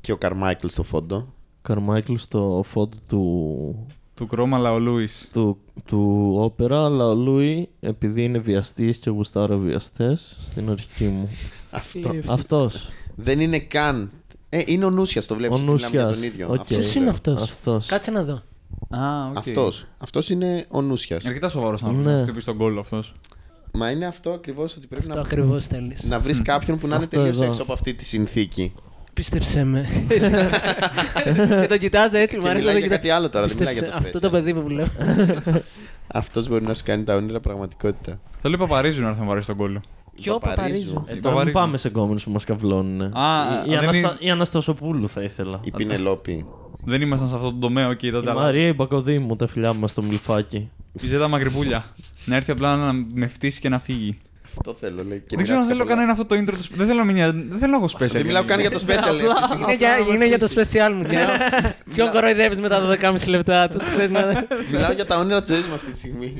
B: και ο Καρμάικλ στο φόντο.
A: Καρμάικλ στο φόντο του.
C: Του Κρόμα Λαολούι.
A: Του, του όπερα, αλλά ο Λούι, επειδή είναι βιαστής και γουστάρω βιαστές, στην αρχή μου.
B: Αυτό.
A: Αυτός.
B: Δεν είναι καν. Ε, είναι ο Νούσιας, το βλέπεις.
A: Ο
B: Μιλάμε για
A: Νούσιας.
B: τον ίδιο.
A: Οκ.
B: Αυτός
D: Ποιος
B: λέω.
D: είναι αυτός.
A: Αυτός.
D: Κάτσε να δω.
C: Α, οκ.
B: Αυτός. Αυτός είναι ο Νούσιας.
C: Είναι αρκετά σοβαρός να
A: Ναι.
C: μου χτυπήσει τον κόλλο αυτός.
B: Μα είναι αυτό ακριβώς ότι πρέπει
D: Αυτό
B: να,
D: ακριβώς θέλεις.
B: να βρεις κάποιον που να είναι
A: Αυτό
B: τελείως
A: εδώ.
B: έξω από αυτή τη συνθήκη.
D: Πίστεψε με. Και τον κοιτάζω έτσι, μου
B: Και
D: αρέσει να
B: μιλάει για
D: τον
B: κάτι
D: κοιτάζω.
B: άλλο τώρα, δεν μιλάει για
D: Πίστεψε,
B: το
D: αυτό το
B: special.
D: παιδί που βλέπω.
B: Αυτός μπορεί να σου κάνει τα όνειρα πραγματικότητα.
C: Θέλω η Παπαρίζου να έρθει να βαρέσει τον κόλλο.
D: Ποιο Παπαρίζου.
A: Ε,
C: Το
A: τώρα μην
C: βαρύζω.
A: πάμε σε γκόμενους που μας καβλώνουν.
C: Α,
A: η, η,
C: δεν
A: Αναστα...
C: είναι-
A: η Αναστασοπούλου θα ήθελα.
B: Η Πινελόπη.
C: Δεν ήμασταν σε αυτό το τομέα, οκ, ήταν
A: Η
C: τα άλλα.
A: Μαρία η Μπακοδήμου, τα φιλιά μας στο Μιλφάκι.
C: Η Ζέτα Μακρυπούλια. να έρθει απλά να με φτύσει και να φύγει.
B: Αυτό θέλω, λέει. Και
C: δεν ξέρω
B: μοιράστηκα
C: αν θέλω
B: πολλά.
C: κανένα αυτό το intro του. Δεν θέλω να μην- Δεν θέλω να έχω special.
B: Δεν μιλάω καν για το special. λέει, αυτή τη στιγμή.
D: Είναι για- Είναι για το special μου. και Πιο κοροϊδεύεις μετά τα 12,5 λεπτά. Το θες να-
B: Μιλάω για τα όνειρα της ζωής μου αυτή τη στιγμή.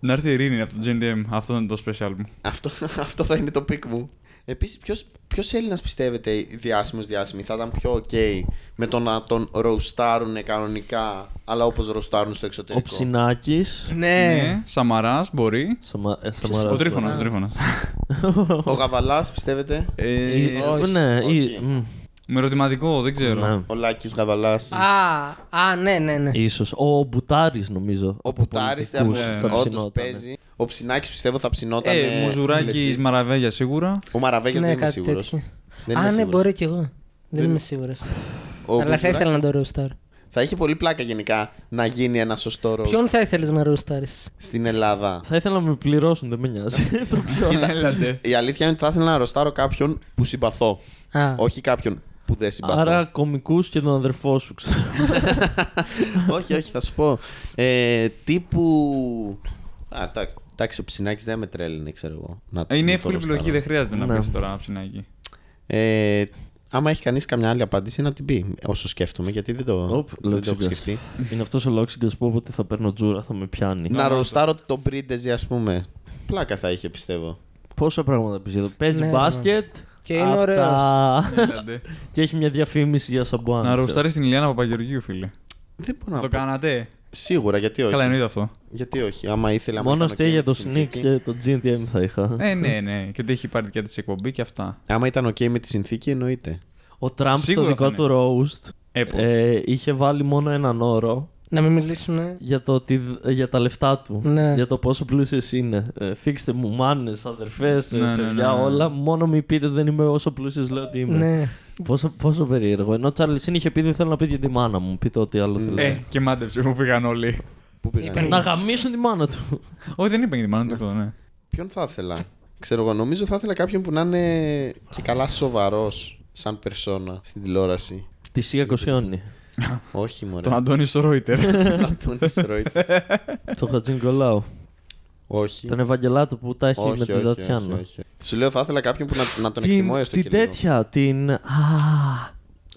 C: Να έρθει η Ειρήνη από το GNDM. Αυτό είναι το special μου.
B: Αυτό, αυτό θα είναι το πικ μου. Επίσης, ποιος Έλληνας πιστεύετε διάσημος διάσημη θα ήταν πιο OK με το να τον ροουστάρουν κανονικά, αλλά όπως ροουστάρουν στο
A: Ο
B: εξωτερικό.
A: Ψινάκης.
D: Ναι.
C: Σαμαράς μπορεί.
A: Σαμα... ε, Σαμαράς.
C: Ο Τρίφωνας. Ο Τρίφωνας.
B: Ο Γαβαλάς, πιστεύετε.
C: Ε,
A: Ή- Ναι, ή...
B: όχι.
A: μ,
C: Με ερωτηματικό, δεν ξέρω.
A: ναι.
B: Ο Λάκης Γαβαλάς.
D: Α, α, ναι, ναι, ναι.
A: Ίσως. Ο Μπουτάρης νομίζω.
B: Ο Πουτάρη,
A: πολιτικούς θα
B: όντως
A: ψινόταν.
B: παίζει. Ο Ψινάκης πιστεύω θα ψινόταν.
C: Ε, Μουζουράκι Μαραβέγια σίγουρα.
B: Ο Μαραβέγιας
D: Ναι,
B: δεν είμαι
D: κάτι
B: σίγουρος.
D: τέτοιο.
B: Δεν είμαι
D: Α, ναι,
B: σίγουρος.
D: μπορεί κι εγώ. Δεν είμαι σίγουρος. Αλλά θα ήθελα να το ρούσταρ.
B: Θα είχε πολύ πλάκα γενικά να γίνει ένα σωστό ροουστ
D: Ποιον θα ήθελες να ρούσταρει.
B: στην Ελλάδα.
A: Θα ήθελα να με πληρώσουν, δεν με νοιάζει.
D: Ε,
C: Έλατε.
B: Η αλήθεια είναι ότι θα ήθελα να ροστάρω κάποιον που συμπαθώ.
D: Α,
B: Όχι κάποιον που δεν συμπαθώ.
A: Άρα κομικούς και τον αδερφό σου, ξέρω.
B: όχι, όχι, θα σου πω. Ε, τύπου. Α, τα- εντάξει, ο ψινάκι δεν με τρέλαινε, ξέρω εγώ. Να,
C: Ε, Είναι
B: να
C: εύκολη
B: το ροστάρω.
C: επιλογή, δεν χρειάζεται να πεις τώρα ψινάκι.
B: Ε, άμα έχει κανείς καμιά άλλη απάντηση, να την πει όσο σκέφτομαι, γιατί δεν το,
A: Οπ,
B: δεν το έχω
A: λόξιγκας.
B: σκεφτεί.
A: Είναι αυτός ο λόξιγκας που όποτε θα παίρνω τζούρα θα με πιάνει.
B: να ροστάρω το Μπρίντεζι, ας πούμε. Πλάκα θα είχε, πιστεύω.
A: Πόσα πράγματα πεις εδώ. Παίζει
D: Ναι,
A: μπάσκετ.
D: Και είναι Ναι.
A: αυτά...
C: Έλατε.
A: και έχει μια διαφήμιση για σαμπουάν.
C: Να
A: ξέρω.
C: ροστάρει την Ηλιάνα Παπαγεωργίου, φίλε.
B: Δεν μπορώ να
C: Το
B: πω.
C: κάνατε.
B: Σίγουρα, γιατί όχι.
C: Καλά, εννοείται αυτό.
B: Γιατί όχι, άμα ήθελα. άμα
A: Μόνο
B: ήταν
A: αστεία
B: οκ
A: για το
B: με τη
A: Sneak
B: συνθήκη-
A: και το GTM θα είχα.
C: Ε, ναι, ναι. Και ότι έχει πάρει δικιά τη εκπομπή και αυτά.
B: Άμα ήταν οκ με της συνθήκης, εννοείται.
A: Ο Τραμπ στο
C: Σίγουρα
A: δικό
C: θα
A: του roast
C: Έπω.
A: ε, είχε βάλει μόνο έναν όρο
D: Να μην μιλήσουν.
A: για, το ότι, για τα λεφτά του.
D: Ναι.
A: Για το πόσο πλούσιος είναι. Ε, θίξτε μου μάνες, αδερφές,
C: Ναι, ναι,
A: παιδιά,
C: ναι, ναι.
A: όλα. Μόνο μη πείτε δεν είμαι όσο πλούσιος λέω ότι είμαι.
D: Ναι.
A: Πόσο, πόσο περίεργο. Ενώ ο Τσάρλι Σίν είχε πει δεν θέλω να πείτε για τη μάνα μου. Πείτε ό,τι άλλο θέλετε.
C: Ε, και μάντεψε που πήγαν όλοι.
B: Πού πήγανε.
D: Είπαν-
A: Να γαμίσουν τη μάνα του.
C: Όχι, δεν είπαν για τη μάνα του, τίποτα, ναι.
B: Ποιον θα ήθελα. Ξέρω εγώ, νομίζω θα ήθελα κάποιον που να είναι και καλά σοβαρός σαν περσόνα στην τηλεόραση.
A: Τη Σία Κοσιόνι.
B: όχι, μωρέ.
C: Τον Αντώνη Σορόιτερ.
B: Αντώνης Ρόιτ.
A: το Χατζίν Κολάου.
B: Όχι.
A: τον Ευαγγελάτο που τα έχει
B: Όχι,
A: με
B: όχι,
A: την
B: όχι,
A: Τατιάνα.
B: όχι. Σου λέω, θα ήθελα κάποιον που να, να τον εκτιμώ
A: Την,
B: έστω
A: την
B: και λίγο.
A: τέτοια, την. Α,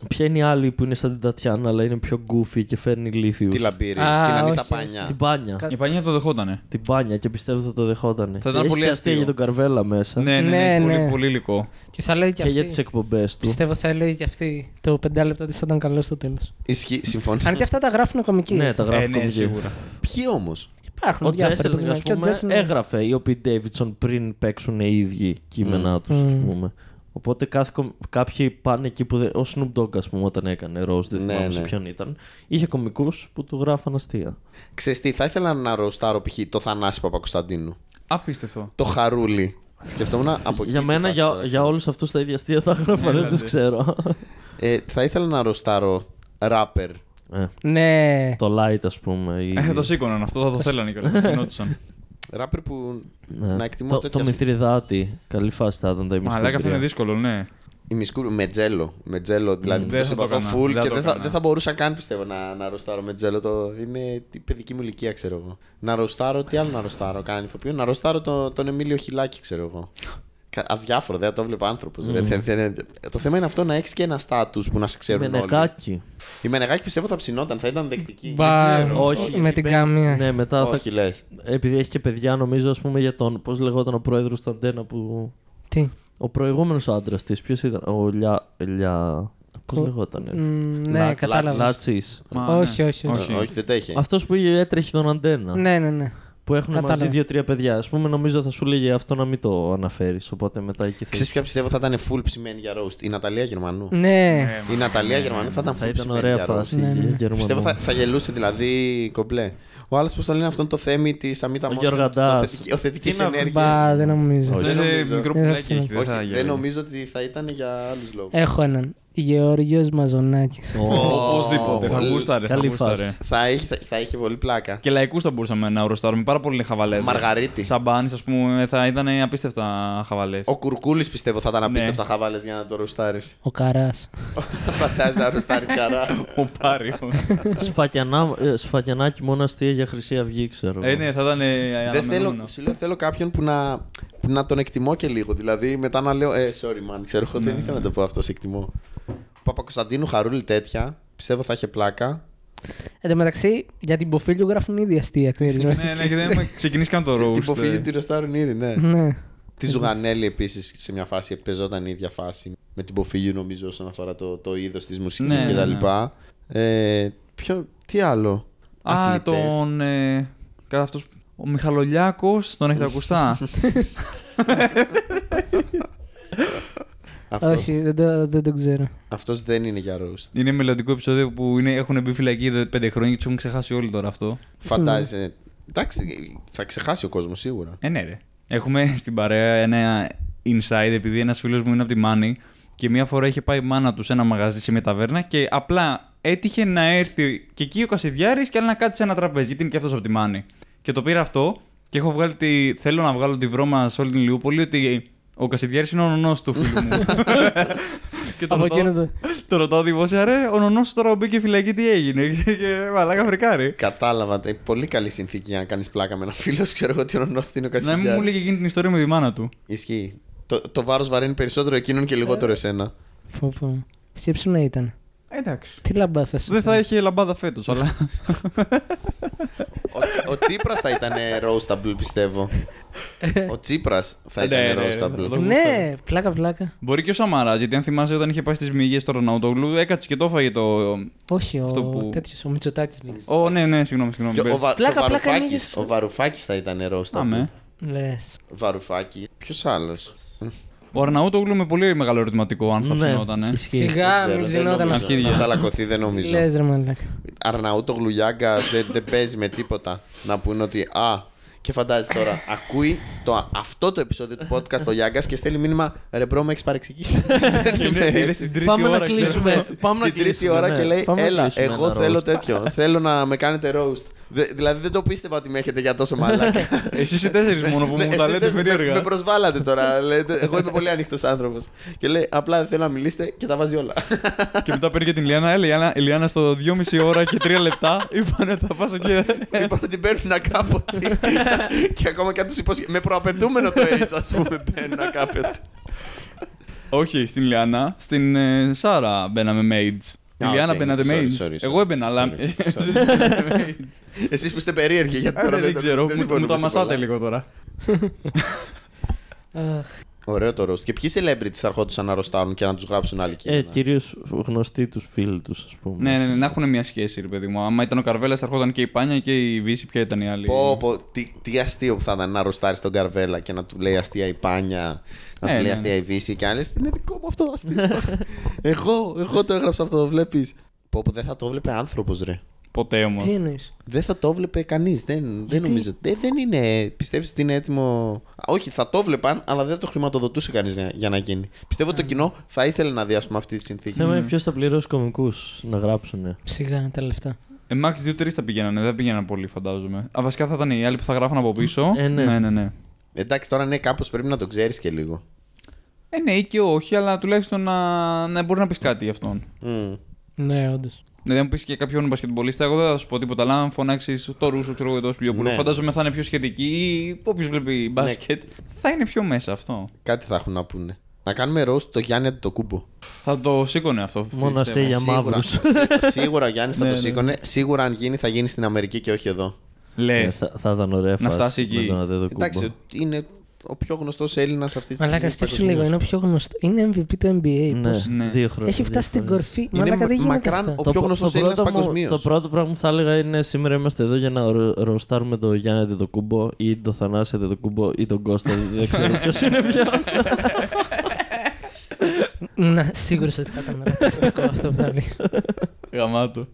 A: ποια είναι η άλλη που είναι σαν την Τατιάνα, αλλά είναι πιο γκούφι και φέρνει λίθιους.
B: Τη λαμπύρη,
D: Α,
B: την Ανίτα
D: όχι,
B: Πάνια.
A: Την πάνια.
D: Κα-
C: Η Πανία το δεχότανε.
A: Την πάνια και πιστεύω θα το δεχότανε.
C: Θα ήταν
A: Και
C: πολύ
A: έχει και αστεία
C: αστείο.
A: για τον Καρβέλα μέσα.
C: Ναι, ναι, ναι,
D: Ναι,
C: έχει πολύ,
D: ναι.
C: πολύ υλικό.
D: Και θα λέει
A: Και
D: και, αυτή.
A: για τις εκπομπές του.
D: Πιστεύω θα λέει και αυτή το πεντάλεπτο ότι θα ήταν καλό στο τέλος.
B: Ισχύει, συμφωνώ.
D: Αν και αυτά τα γράφουν κομικοί.
A: Ναι,
D: έτσι.
A: τα γράφει
C: Ε, ναι,
A: κομική.
C: σίγουρα.
B: Ποιοι όμως.
D: Υπάρχουν
A: Ο
D: διάφοροι,
A: Τζέσελινγκ,
D: παιδιά.
A: α
D: Και ο
A: πούμε,
D: Τζέσελινγκ-
A: έγραφε οι οποίοι Ντέιβιτσον πριν παίξουν οι ίδιοι κείμενά τους, ας πούμε. Οπότε κάθε, κομ- κάποιοι πάνε εκεί που. δεν- Ο Snoop Dogg, ας πούμε, όταν έκανε ροζ, δεν
B: Ναι,
A: θυμάμαι σε
B: ναι.
A: ποιον ήταν. Είχε κομικούς που του γράφαν αστεία.
B: Ξέρεις τι, θα ήθελα να ροστάρω π.χ. το Θανάση Παπακοσταντίνου.
C: Απίστευτο.
B: Το Χαρούλι. Σκεφτόμουν από εκεί
A: για
B: τη
A: μένα,
B: φάση
A: για,
B: τώρα, Ναι,
A: για όλους αυτούς τα ίδια αστεία θα έγραφα, δεν του
C: Έλατε.
A: ξέρω.
B: Ε, θα ήθελα να ροστάρω ράπερ.
A: ε,
D: Ναι.
A: το light, ας πούμε. ή-
C: Ε, θα το σήκωναν αυτό, θα το θέλανε κιόλα. θα γινόντουσαν.
B: Ράπερ που
A: ναι.
B: να εκτιμώ
A: το,
B: τέτοια-
A: το μυθριδάτη. Καλή φάση θα ήταν τα ημισκούμπρια.
C: Μαλάκα αυτό είναι δύσκολο, ναι.
B: Η Μισκούρ με τζέλο. Με τζέλο, δηλαδή.
C: Μμ,
B: που
C: δεν
B: το
C: θα το
B: συμπαθώ
C: έκανα,
B: full
C: δεν
B: και
C: το
B: δεν θα,
C: έκανα.
B: δεν θα μπορούσα καν πιστεύω να, να ροστάρω με τζέλο. Το, είναι η παιδική μου ηλικία, ξέρω εγώ. Να ροστάρω, τι άλλο να ροστάρω, κάνει ηθοποιό. Να ροστάρω το, τον Εμίλιο Χιλάκη, ξέρω εγώ. Κα- Αδιάφορο, δεν θα το βλέπει άνθρωπο. το θέμα είναι αυτό να έχεις και ένα στάτους που να σε ξέρουν όλοι.
A: Μενεγάκι.
B: Η Μενεγάκη πιστεύω θα ψινόταν, θα ήταν δεκτική.
D: Μπα,
C: ξέρω.
A: Όχι,
D: με
A: την
D: την
B: Ε,
D: καμία.
A: Ναι, μετά θα
B: Όχι, λες.
A: Επειδή έχει και παιδιά, νομίζω, ας πούμε, για τον. Πώς λεγόταν ο πρόεδρος του Αντένα που.
D: Τι.
A: Ο προηγούμενος άντρας της, ποιος ήταν. Ο Λιά. Λιά... Πώς λεγόταν. ε,
D: Μ, Ναι,
B: Λα-
D: κατάλαβα.
B: λάτσι.
A: Λάτσι.
C: Μα,
D: Όχι,
C: ναι.
D: όχι, όχι.
B: Όχι, δεν τέχε.
A: Αυτός που έτρεχε τον Αντένα.
D: Ναι, ναι, ναι.
A: Που έχουν
D: Κατάλαβα.
A: μαζί δύο-τρία παιδιά. Ας πούμε, νομίζω θα σου λέγε αυτό να μην το αναφέρεις. Οπότε μετά εκεί θα.
B: Ξέρει ποια πιστεύω θα ήταν full ψημένη για roast. Η Ναταλία Γερμανού.
D: Ναι.
B: Η Ναταλία Γερμανού θα ήταν full
A: ναι. Θα ήταν
B: ψημένη για
A: ωραία
B: roast.
A: φάση
D: Ναι, ναι.
A: για Γερμανό.
B: Πιστεύω θα, θα γελούσε δηλαδή κομπλέ. Ο άλλος, πώς το λένε αυτόν το θέμη της Αμίτα
A: Ο
B: Μόσχα.
A: Γεωργαντάς.
B: Ο θετική
A: Τι να-
B: ενέργειας.
D: Μπα, δεν νομίζω.
C: Αυτό
B: δεν
C: είναι
B: νομίζω.
C: μικρό
D: Δεν θα Ε,
C: πουλάκι έχει,
D: ψήνω.
C: δεν θα
B: Όχι, δεν
C: γελάει.
B: νομίζω ότι θα ήταν για άλλους λόγους.
D: Έχω έναν. Γεώργιος Μαζονάκης.
C: Οπωσδήποτε. Θα
B: Καλή
C: γούσταρε. Θα
A: φάση.
C: γούσταρε.
B: Θα, είχε, θα, θα είχε πολύ πλάκα.
C: Και λαϊκούς θα μπορούσαμε να οροστάρουμε πάρα πολύ χαβαλές.
B: Μαργαρίτη.
C: Σαμπάνης, ας πούμε, θα ήταν απίστευτα χαβαλές.
B: Ο Κουρκούλης πιστεύω θα ήταν
C: Ναι.
B: απίστευτα χαβάλε για να το ρουστάρει.
D: Ο Καράς.
B: Φαντάζεσαι να ρουστάρει καρά.
C: Ο Πάριο.
A: Σφακιανά- ε, Σφακιανάκι μόνο αστεία για Χρυσή Αυγή, ξέρω.
C: Ε, ναι, θα ήταν. ε,
B: Δεν
C: αναμενόμενο.
B: θέλω, σου λέω, θέλω κάποιον που να, που να τον εκτιμώ και λίγο. Δηλαδή μετά να λέω, Ε, sorry man, ξέρω εγώ,
C: Ναι.
B: δεν ήθελα να το πω αυτό, σε εκτιμώ. Παπακοσταντίνου Χαρούλη τέτοια. Πιστεύω θα είχε πλάκα.
D: Εν τω μεταξύ, για την Ποφίλιο γράφουν ήδη αστεία, ξέρεις.
C: Ναι, ναι, και δεν έχουμε ξεκινήσει καν το
B: Την υποφύγει
C: roast. ε.
B: τη ρουστάρουν ήδη, ναι.
D: Ναι.
B: Τη Ζουγανέλη επίσης σε μια φάση παίζονταν η ίδια φάση με την Ποφίγιο νομίζω όσον αφορά το, το είδος της μουσικής
C: Ναι,
B: ναι,
C: ναι,
B: κτλ.
C: ναι.
B: Ε, ποιο, τι άλλο.
C: Α,
B: Αθλητές.
C: τον. ε, Κατά αυτός... Ο Μιχαλολιάκος, τον έχετε ακουστά.
B: Αυτός,
D: Όχι, δεν το, δεν το ξέρω.
B: αυτός δεν είναι για roast.
C: είναι μελλοντικό επεισόδιο που είναι, έχουν μπει φυλακή δε- πέντε χρόνια και τους έχουν ξεχάσει όλοι τώρα αυτό.
B: Φαντάζεσαι. Εντάξει, θα ξεχάσει ο κόσμος σίγουρα.
C: Ε, ναι, ρε. Έχουμε στην παρέα ένα inside, επειδή ένας φίλος μου είναι από τη Μάνη και μία φορά είχε πάει η μάνα του σε ένα μαγαζί σε μια ταβέρνα και απλά έτυχε να έρθει και εκεί ο Κασιδιάρης και άλλο να κάτσει σε ένα τραπέζι, γιατί είναι και αυτός από τη Μάνη. Και το πήρα αυτό και έχω βγάλει τη... θέλω να βγάλω τη βρώμα σε όλη την Λιούπολη ότι ο Κασιδιάρης είναι ο νονός του φίλου μου. και το
D: Από εκείνο
C: ρωτάω,
D: το.
C: το ρωτάω δημόσια, ρε, ο νονός τώρα που μπήκε φυλακή, τι έγινε. και, και μαλάκα φρικάρει.
B: Κατάλαβα. τε- Πολύ καλή συνθήκη για να κάνεις πλάκα με έναν φίλο. σου, Ξέρω εγώ τι ονό είναι ο
C: Να μην μου
B: Κατσικιάρη.
C: λέει εκείνη την ιστορία με τη μάνα του. Ε.
B: Ισχύει. Το, το βάρος βαραίνει περισσότερο εκείνον και λιγότερο εσένα.
D: Πω, πω. Σκέψου να ήταν.
C: Εντάξει.
D: Τι λαμπά θα σου
C: Δεν θα
D: φέρει.
C: είχε λαμπάδα φέτος, αλλά.
B: Ο, Τσι- ο Τσίπρας θα ήταν roastable, πιστεύω. ο Τσίπρας θα
C: Ναι,
B: ήταν
C: ναι, θα
B: roastable.
C: το-
D: Ναι, πλάκα, πλάκα.
C: Μπορεί και ο Σαμαράς, γιατί αν θυμάσαι όταν είχε πάει στις μύγες στο Ροναουτογλου, έκατσε και το έφαγε το.
D: Όχι,
C: Αυτό
D: ο
C: που-
D: τέτοιος, ο Μητσοτάκης.
C: Ω, ναι, ναι, συγγνώμη, συγγνώμη.
B: Και ο, Βα...
D: Πλάκα,
B: και ο
D: πλάκα,
B: Βαρουφάκης-
D: ανοίγεις αυτό.
B: ο Βαρουφάκης θα ήταν roastable.
C: Πάμε.
D: Λες.
B: Βαρουφάκη. Ποιος άλλος.
C: Ο Αρναούτογλου με πολύ μεγάλο ερωτηματικό, αν θα
A: Ναι,
C: ψινόταν. ε.
A: ισχύει.
D: Σιγά, μην ψινόταν αυτό.
C: Αρχίδια.
B: Να τσαλακωθεί δεν νομίζω.
D: Λες, ρε μαλάκα.
B: Αρναούτο γλουγιάγκα δεν, δεν παίζει με τίποτα. Να πούνε ότι α, και φαντάζει τώρα, ακούει το, αυτό το επεισόδιο του podcast ο Γιάγκας και στέλνει μήνυμα Ρε μπρο, με έχεις παρεξηγήσει.
C: Είναι είναι στην Ναι, τρίτη
A: Πάμε
C: ώρα,
A: να
C: ξέρω.
A: Ναι, κλείσουμε. Πάμε να
B: Στην τρίτη
A: κλείσουμε,
B: ώρα
A: ναι.
B: και λέει:
A: Πάμε να
B: Έλα,
A: κλείσουμε
B: εγώ
A: ένα
B: θέλω
A: roast.
B: τέτοιο. Θέλω να με κάνετε roast. Δε- δηλαδή δεν το πίστευα ότι με έχετε για τόσο μαλάκα.
C: Εσείς οι τέσσερις μόνο που
B: Ναι,
C: μου τα
B: εσείς
C: λέτε
B: δεν- με- Με
C: περίεργα.
B: προσβάλατε τώρα. Λέτε, εγώ είμαι πολύ ανοιχτό άνθρωπος. Και λέει: Απλά δεν θέλω να μιλήσετε και τα βάζει όλα.
C: Και μετά παίρνει και την Λιάννα. Ε, Λιάννα, Λιάννα στο 2,5 ώρα και 3 λεπτά είπανε θα πάσω και.
B: Είπα ότι την παίρνουν κάποτε. και ακόμα και αν τους υπόσχε. Με προαπαιτούμενο το AIDS, ας πούμε, παίρνουν κάποτε.
C: Όχι, στην Λιάννα. Στην ε, Σάρα μπαίναμε mage. Η
B: Α,
C: Λιάννα
B: οκ,
C: μπαίνατε
B: sorry,
C: mage.
B: sorry, sorry.
C: Εγώ έμπαινα, αλλά.
B: Sorry, Εσείς που είστε περίεργοι, γιατί
C: Ε,
B: τώρα
C: Δεν ξέρω, μου- μου
B: συμφωνούμε
C: τα
B: σε
C: μασάτε
B: πολλά.
C: λίγο τώρα.
D: Αχ,
B: Ωραίο το roast. Και ποιοι celebrities θα ερχόντουσαν να ροστάρουν και να τους γράψουν άλλοι
A: Ε,
B: κείμενα.
A: κυρίως γνωστοί τους φίλοι τους, ας πούμε.
C: Ναι, ναι, ναι, να έχουν μια σχέση, ρε παιδί μου. Άμα ήταν ο Καρβέλας, θα έρχονταν και η Πάνια και η Βύση, ποια ήταν η άλλη.
B: Πω, πω, τι, τι αστείο που θα ήταν να ροστάρεις τον Καρβέλα και να του λέει αστεία η Πάνια, να του
C: Ε, ναι,
B: λέει
C: ναι.
B: αστεία η Βύση και άλλες. Είναι δικό μου αυτό αστείο. εγώ, εγώ το έγραψα αυτό, το βλέπεις. Πω, πω, δεν θα το έβλεπε άνθρωπος, ρε.
C: Ποτέ όμως.
D: Τι εννοείς.
B: Δεν θα το έβλεπε κανείς. Δεν, δεν νομίζω. Δεν, δεν είναι. Πιστεύεις ότι είναι έτοιμο. Α, Όχι, θα το βλέπαν, αλλά δεν το χρηματοδοτούσε κανείς για να γίνει. Πιστεύω
C: Ε.
B: ότι το κοινό θα ήθελε να δει ας πούμε, αυτή τη συνθήκη.
A: Θέμα
C: Ναι.
A: είναι ποιος θα πληρώσει κομικούς να γράψουν.
D: Σιγά τα λεφτά.
C: Ε, Max 2-3 θα πηγαίνανε, δεν πηγαίνανε πολύ, φαντάζομαι. Α, βασικά θα ήταν οι άλλοι που θα γράφαν από πίσω.
A: Ε, ναι.
C: ναι, ναι, ναι.
B: Εντάξει, τώρα ναι, κάπως πρέπει να το ξέρεις και λίγο.
C: Ε, ναι, ή και όχι, αλλά τουλάχιστον να, να μπορεί να πεις κάτι γι' αυτόν.
B: Μμ.
D: Ναι, όντως.
C: Δηλαδή, αν πεις και κάποιον μπασκετμπολίστα, εγώ δεν θα σου πω τίποτα. Αλλά αν φωνάξεις το Ρούσο, ξέρω εγώ, το Σπιλιοπούλου,
B: Ναι.
C: φαντάζομαι θα είναι πιο σχετική ή όποιος βλέπει μπάσκετ, θα είναι πιο μέσα αυτό.
B: Κάτι θα έχουν να πούνε. Να κάνουμε roast το Γιάννη το κούμπο. Ε,
C: Θα το σήκωνε αυτό.
A: Μόνο
C: πιστεύω.
A: αστεία για μαύρου.
B: σίγουρα ο Γιάννη θα
C: Ε, Ναι,
B: το
C: ναι.
B: σήκωνε. Σίγουρα αν γίνει, θα γίνει στην Αμερική και όχι εδώ.
C: Λες.
A: Ε, θα, θα ήταν ωραία φάση.
C: Ε, φτάσει
A: με
C: εκεί.
A: τον Αδέδο
B: Εντάξει,
A: Κούμπο.
B: είναι ο πιο γνωστός Έλληνας αυτή τη στιγμή.
D: Μαλάκα, σκέψου
B: παγκοσμίως.
D: λίγο. Είναι ο πιο γνωστό. Είναι MVP του NBA.
A: Ναι,
D: Πώς-
C: Ναι.
A: δύο χρόνια.
D: Έχει
A: δύο
D: φτάσει στην
A: χρόνια.
D: κορφή.
B: Είναι
D: Μαλάκα,
B: μα-
D: δεν γίνεται.
B: μακράν
D: αυτό.
B: ο πιο
A: πρω-
B: γνωστός
A: πρώτο
B: Έλληνας
A: μου-
B: παγκοσμίως.
A: Το πρώτο πράγμα που θα έλεγα είναι σήμερα είμαστε εδώ για να ρο- ροστάρουμε τον Γιάννη Αντιδοκούμπο ή τον Θανάση Αντιδοκούμπο ή τον Κώστα. δεν ξέρω ποιος είναι ποιο.
D: Ήμουν σίγουρος ότι θα ήταν ρατσιστικό αυτό που θα λέει.
C: Γαμάτο.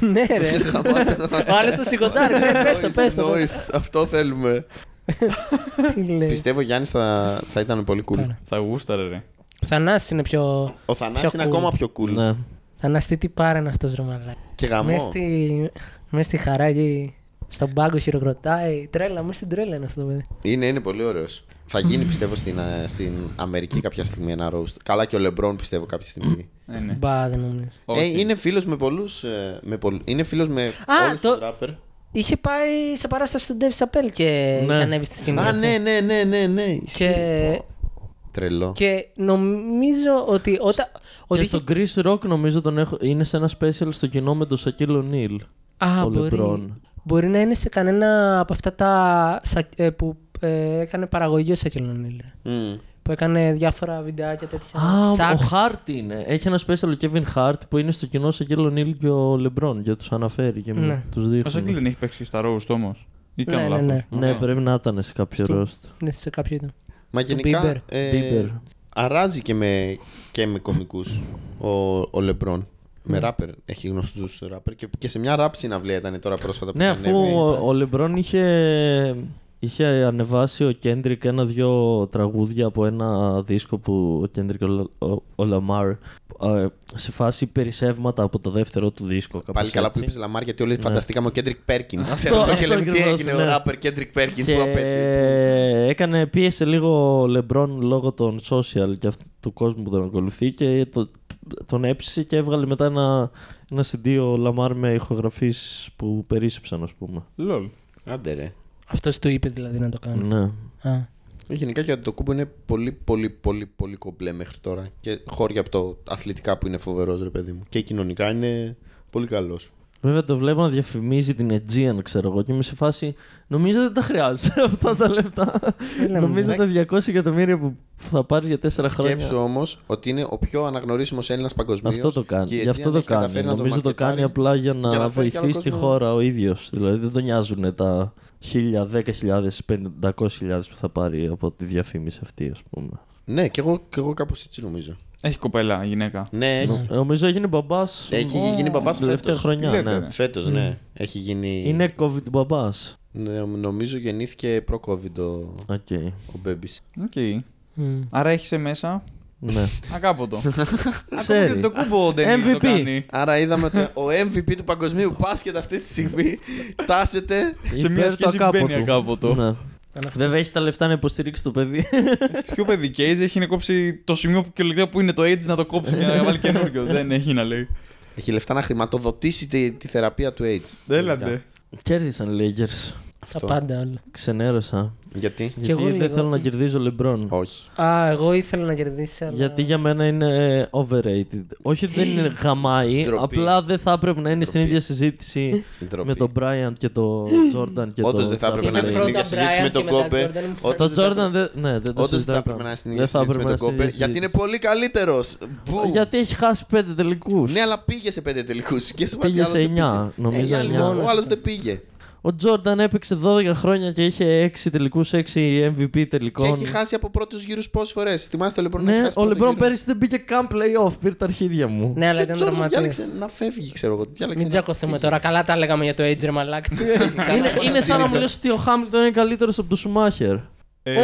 D: Ναι, ρε. Ο άλλο το σηκωτάρι. Ναι, πες το,
B: Noise,
D: πες το.
B: noise. Αυτό θέλουμε.
D: Τι λέει.
B: Πιστεύω ο Γιάννης θα, θα ήταν πολύ cool.
D: Πάρα.
C: Θα γούσταρε, ρε.
D: Ο Θανάσης είναι πιο.
B: Ο Θανάσης
D: Πιο
B: είναι
D: cool.
B: ακόμα πιο cool.
A: Ναι.
D: Θανάστη, τι πάρα είναι αυτός, ρε μαλάκα.
B: Και γαμό.
D: Μες στη, μες στη χαρά εκεί, στον πάγκο χειροκροτάει. Τρέλα, μέσα στην τρέλα είναι αυτό το παιδί.
B: Είναι, είναι πολύ ωραίος. Θα γίνει πιστεύω στην, ε, στην Αμερική κάποια στιγμή ένα roast. Καλά και ο Λεμπρόν πιστεύω κάποια στιγμή.
C: Ε, ναι.
D: Μπα, δεν νομίζω.
B: ε, είναι φίλος με πολλούς. Με πολλ... Είναι φίλος με
D: Α,
B: όλους
D: το-
B: τους ράπερ.
D: Είχε πάει σε παράσταση του Dave Chappelle και
A: Ναι.
D: είχε ανέβει στη σκηνή.
B: Α,
D: έτσι.
B: ναι, ναι, ναι, ναι. ναι.
D: Και,
B: Τρελό.
D: και νομίζω ότι όταν. Ότι
A: Και στον Chris Rock νομίζω τον έχω, είναι σε ένα special στο κοινό με τον Σακίλ Ονίλ.
D: Α,
A: ο
D: μπορεί,
A: LeBron.
D: μπορεί να είναι σε κανένα από αυτά τα σα- ε, που ε, έκανε παραγωγή ο Σακελονίλ.
B: Μμ.
D: Που έκανε διάφορα βιντεάκια τέτοια.
A: Α, ο
D: Σαξ.
A: Χάρτ είναι. Έχει ένα special ο Kevin Hart που είναι στο κοινό Σακίλ Ονίλ και ο Λεμπρόν και τους αναφέρει και
D: Ναι.
A: τους
C: Ο Σάγκη
A: δείχνει.
C: δεν έχει παίξει και στα Rose όμως. Ή
D: Ναι,
C: κάνω
D: ναι,
C: λάθος.
D: ναι.
A: Ναι, πρέπει να ήταν σε κάποιο
D: Στο-
A: roast.
D: Ναι, σε κάποιο ήταν.
B: Μα
D: Στον
B: γενικά.
D: Bieber.
B: ε,
A: Bieber.
B: αράζει και με, και με κομικούς ο, ο Λεμπρόν.
D: Ναι.
B: Με ράπερ. Έχει γνωστούς ράπερ. Και, και σε μια ράπ συναυλία ήταν τώρα πρόσφατα που
A: Ναι,
B: είχε
A: αφού
B: ανέβει.
A: ο, ο Λεμπρόν είχε, είχε ανεβάσει ο Κέντρικ ένα-δυο τραγούδια από ένα δίσκο που ο Κέντρικ ο Λαμάρ σε φάση περισσεύματα από το δεύτερο του δίσκο. κάπως
B: Πάλι καλά που
A: έτσι. Ναι.
B: είπε Λαμάρ, γιατί όλοι φανταστήκαμε ο Κέντρικ Πέρκιν. Ξέρω
A: Αυτό-
B: εγώ και
A: αυτό
B: λέμε τι
A: ακριβώς,
B: έγινε ο
A: ναι.
B: ράπερ Κέντρικ Πέρκιν
A: Και
B: που απέτυχε.
A: έκανε, πίεσε λίγο ο Λεμπρόν λόγω των social και αυτού του κόσμου που τον ακολουθεί και το, τον έψησε και έβγαλε μετά ένα, ένα CD ο Λαμάρ με ηχογραφείς που περίσσεψαν ας πούμε.
C: Λολ.
B: Άντε ρε. Ε,
D: Αυτός του είπε δηλαδή να το κάνει.
A: Ναι.
D: Α.
B: Γενικά για το κούμπο είναι πολύ, πολύ, πολύ, πολύ κομπλέ μέχρι τώρα. Και χώρια από το αθλητικά που είναι φοβερός, ρε παιδί μου. Και κοινωνικά είναι πολύ καλός.
A: Βέβαια το βλέπω να διαφημίζει την Aegean, ξέρω εγώ, και είμαι σε φάση. Νομίζω δεν τα χρειάζεσαι αυτά τα λεπτά.
C: Ναι,
D: Έλα,
A: νομίζω τα 200 εκατομμύρια που θα πάρεις για 4
B: Σκέψου
A: χρόνια.
B: όμως ότι είναι ο πιο αναγνωρίσιμος Έλληνας παγκοσμίως.
A: Αυτό το κάνει. Γι' αυτό το κάνει. Νομίζω το κάνει απλά για να,
B: για να φέρει κι άλλο
A: βοηθήσει τη
B: κόσμο.
A: χώρα ο ίδιος. Δηλαδή δεν τον νοιάζουν τα 1000, 10.000, 500.000 που θα πάρει από τη διαφήμιση αυτή, ας πούμε.
B: Ναι, και εγώ, και εγώ κάπως έτσι νομίζω.
C: Έχει κοπέλα η γυναίκα.
B: Ναι, έχει.
A: Νομίζω έγινε μπαμπάς.
B: Έχει γίνει μπαμπάς
A: τελευταία
B: φέτος.
A: χρονιά.
C: Τι λέτε,
A: ναι.
C: ρε.
B: Φέτος, ναι. Έχει γίνει.
A: Είναι COVID μπαμπάς.
B: Ναι, νομίζω γεννήθηκε προ-COVID ο,
A: Οκ.
B: ο baby.
C: Οκ.
D: Μμμ.
C: Άρα έχεις σε μέσα.
A: Ναι.
C: Ακάποτο.
A: Ξέρει.
C: Ακόμη το κούμπο δεν το
A: MVP.
C: κάνει.
B: Άρα είδαμε ότι ο MVP του παγκοσμίου μπάσκετ αυτή τη στιγμή τάσεται.
C: Σε μια
A: Υπέρ το
C: σχέση
A: ακάποτο.
C: μπαίνει ακάποτο.
A: Ναι. Βέβαια έχει τα λεφτά να υποστηρίξει το παιδί.
C: Ποιο παιδί και έτσι έχει να κόψει το σημείο που κυριολεκτικά που είναι το AIDS να το κόψει και να βάλει καινούργιο. δεν έχει να λέει.
B: Έχει λεφτά να χρηματοδοτήσει τη, τη θεραπεία του AIDS.
C: Έλατε.
A: Κέρδισαν οι Lakers.
D: Τα πάντα όλα.
A: Ξενέρωσα.
B: Γιατί?
A: Γιατί
D: εγώ
A: δεν
D: λίγο.
A: θέλω να κερδίζω LeBron.
B: Όχι.
D: Α, εγώ ήθελα να κερδίσει, αλλά.
A: Γιατί για μένα είναι ε, overrated. Όχι ότι δεν είναι γαμάει,
B: Ντροπή.
A: απλά δεν θα έπρεπε να είναι στην ίδια συζήτηση
B: Ντροπή.
A: με τον Bryant και τον Jordan και
B: Όντως
A: τον
B: δεν θα έπρεπε να είναι
A: Τζαμπάρι.
B: στην
D: πρώτα
B: ίδια συζήτηση
D: Bryant
B: με τον
D: και μετά
B: Κόπε.
D: Jordan, μου
B: Όντως
A: Το
B: δεν θα
A: Jordan
B: έπρεπε-
A: δεν. Ναι, δεν το
B: Όντως δεν
A: συζητάμε.
B: θα έπρεπε να είναι στην
A: Δεν
B: ίδια
A: θα
B: συζήτηση
A: έπρεπε
B: με
A: να Ε,
B: τον
A: είναι στην
B: Κόπε.
A: ίδια
B: Γιατί είναι
A: συζήτηση.
B: πολύ καλύτερος.
A: Γιατί έχει χάσει πέντε τελικούς.
B: Ναι, αλλά πήγε σε πέντε τελικούς. Και σε
A: Πήγε σε εννιά, νομίζω εννιά.
B: Ε, Ο άλλος δεν πήγε.
A: Ο Τζόρνταν έπαιξε 12 χρόνια και είχε 6 τελικού, 6 MVP
B: Και
A: τελικών.
B: έχει χάσει από πρώτους γύρους πόσες φορές. Θυμάστε λοιπόν να έχει
A: Ναι,
B: χάσει
A: ο
B: πρώτο
A: Λεμπρόν
B: γύρο.
A: πέρυσι δεν πήγε καν playoff. Πήρε τα αρχίδια μου.
D: Ναι, αλλά
B: Και
D: ήταν
B: Jordan
D: τραυματία.
B: διάλεξε να φεύγει, ξέρω εγώ. διάλεξε ναι.
D: Μην
B: να
D: τζακωθούμε
B: φύγει.
D: τώρα. Καλά τα λέγαμε για το Ager Malak.
A: Είναι, είναι σαν να μου λες ότι ο Χάμιλτον είναι καλύτερος από τον Σουμάχερ.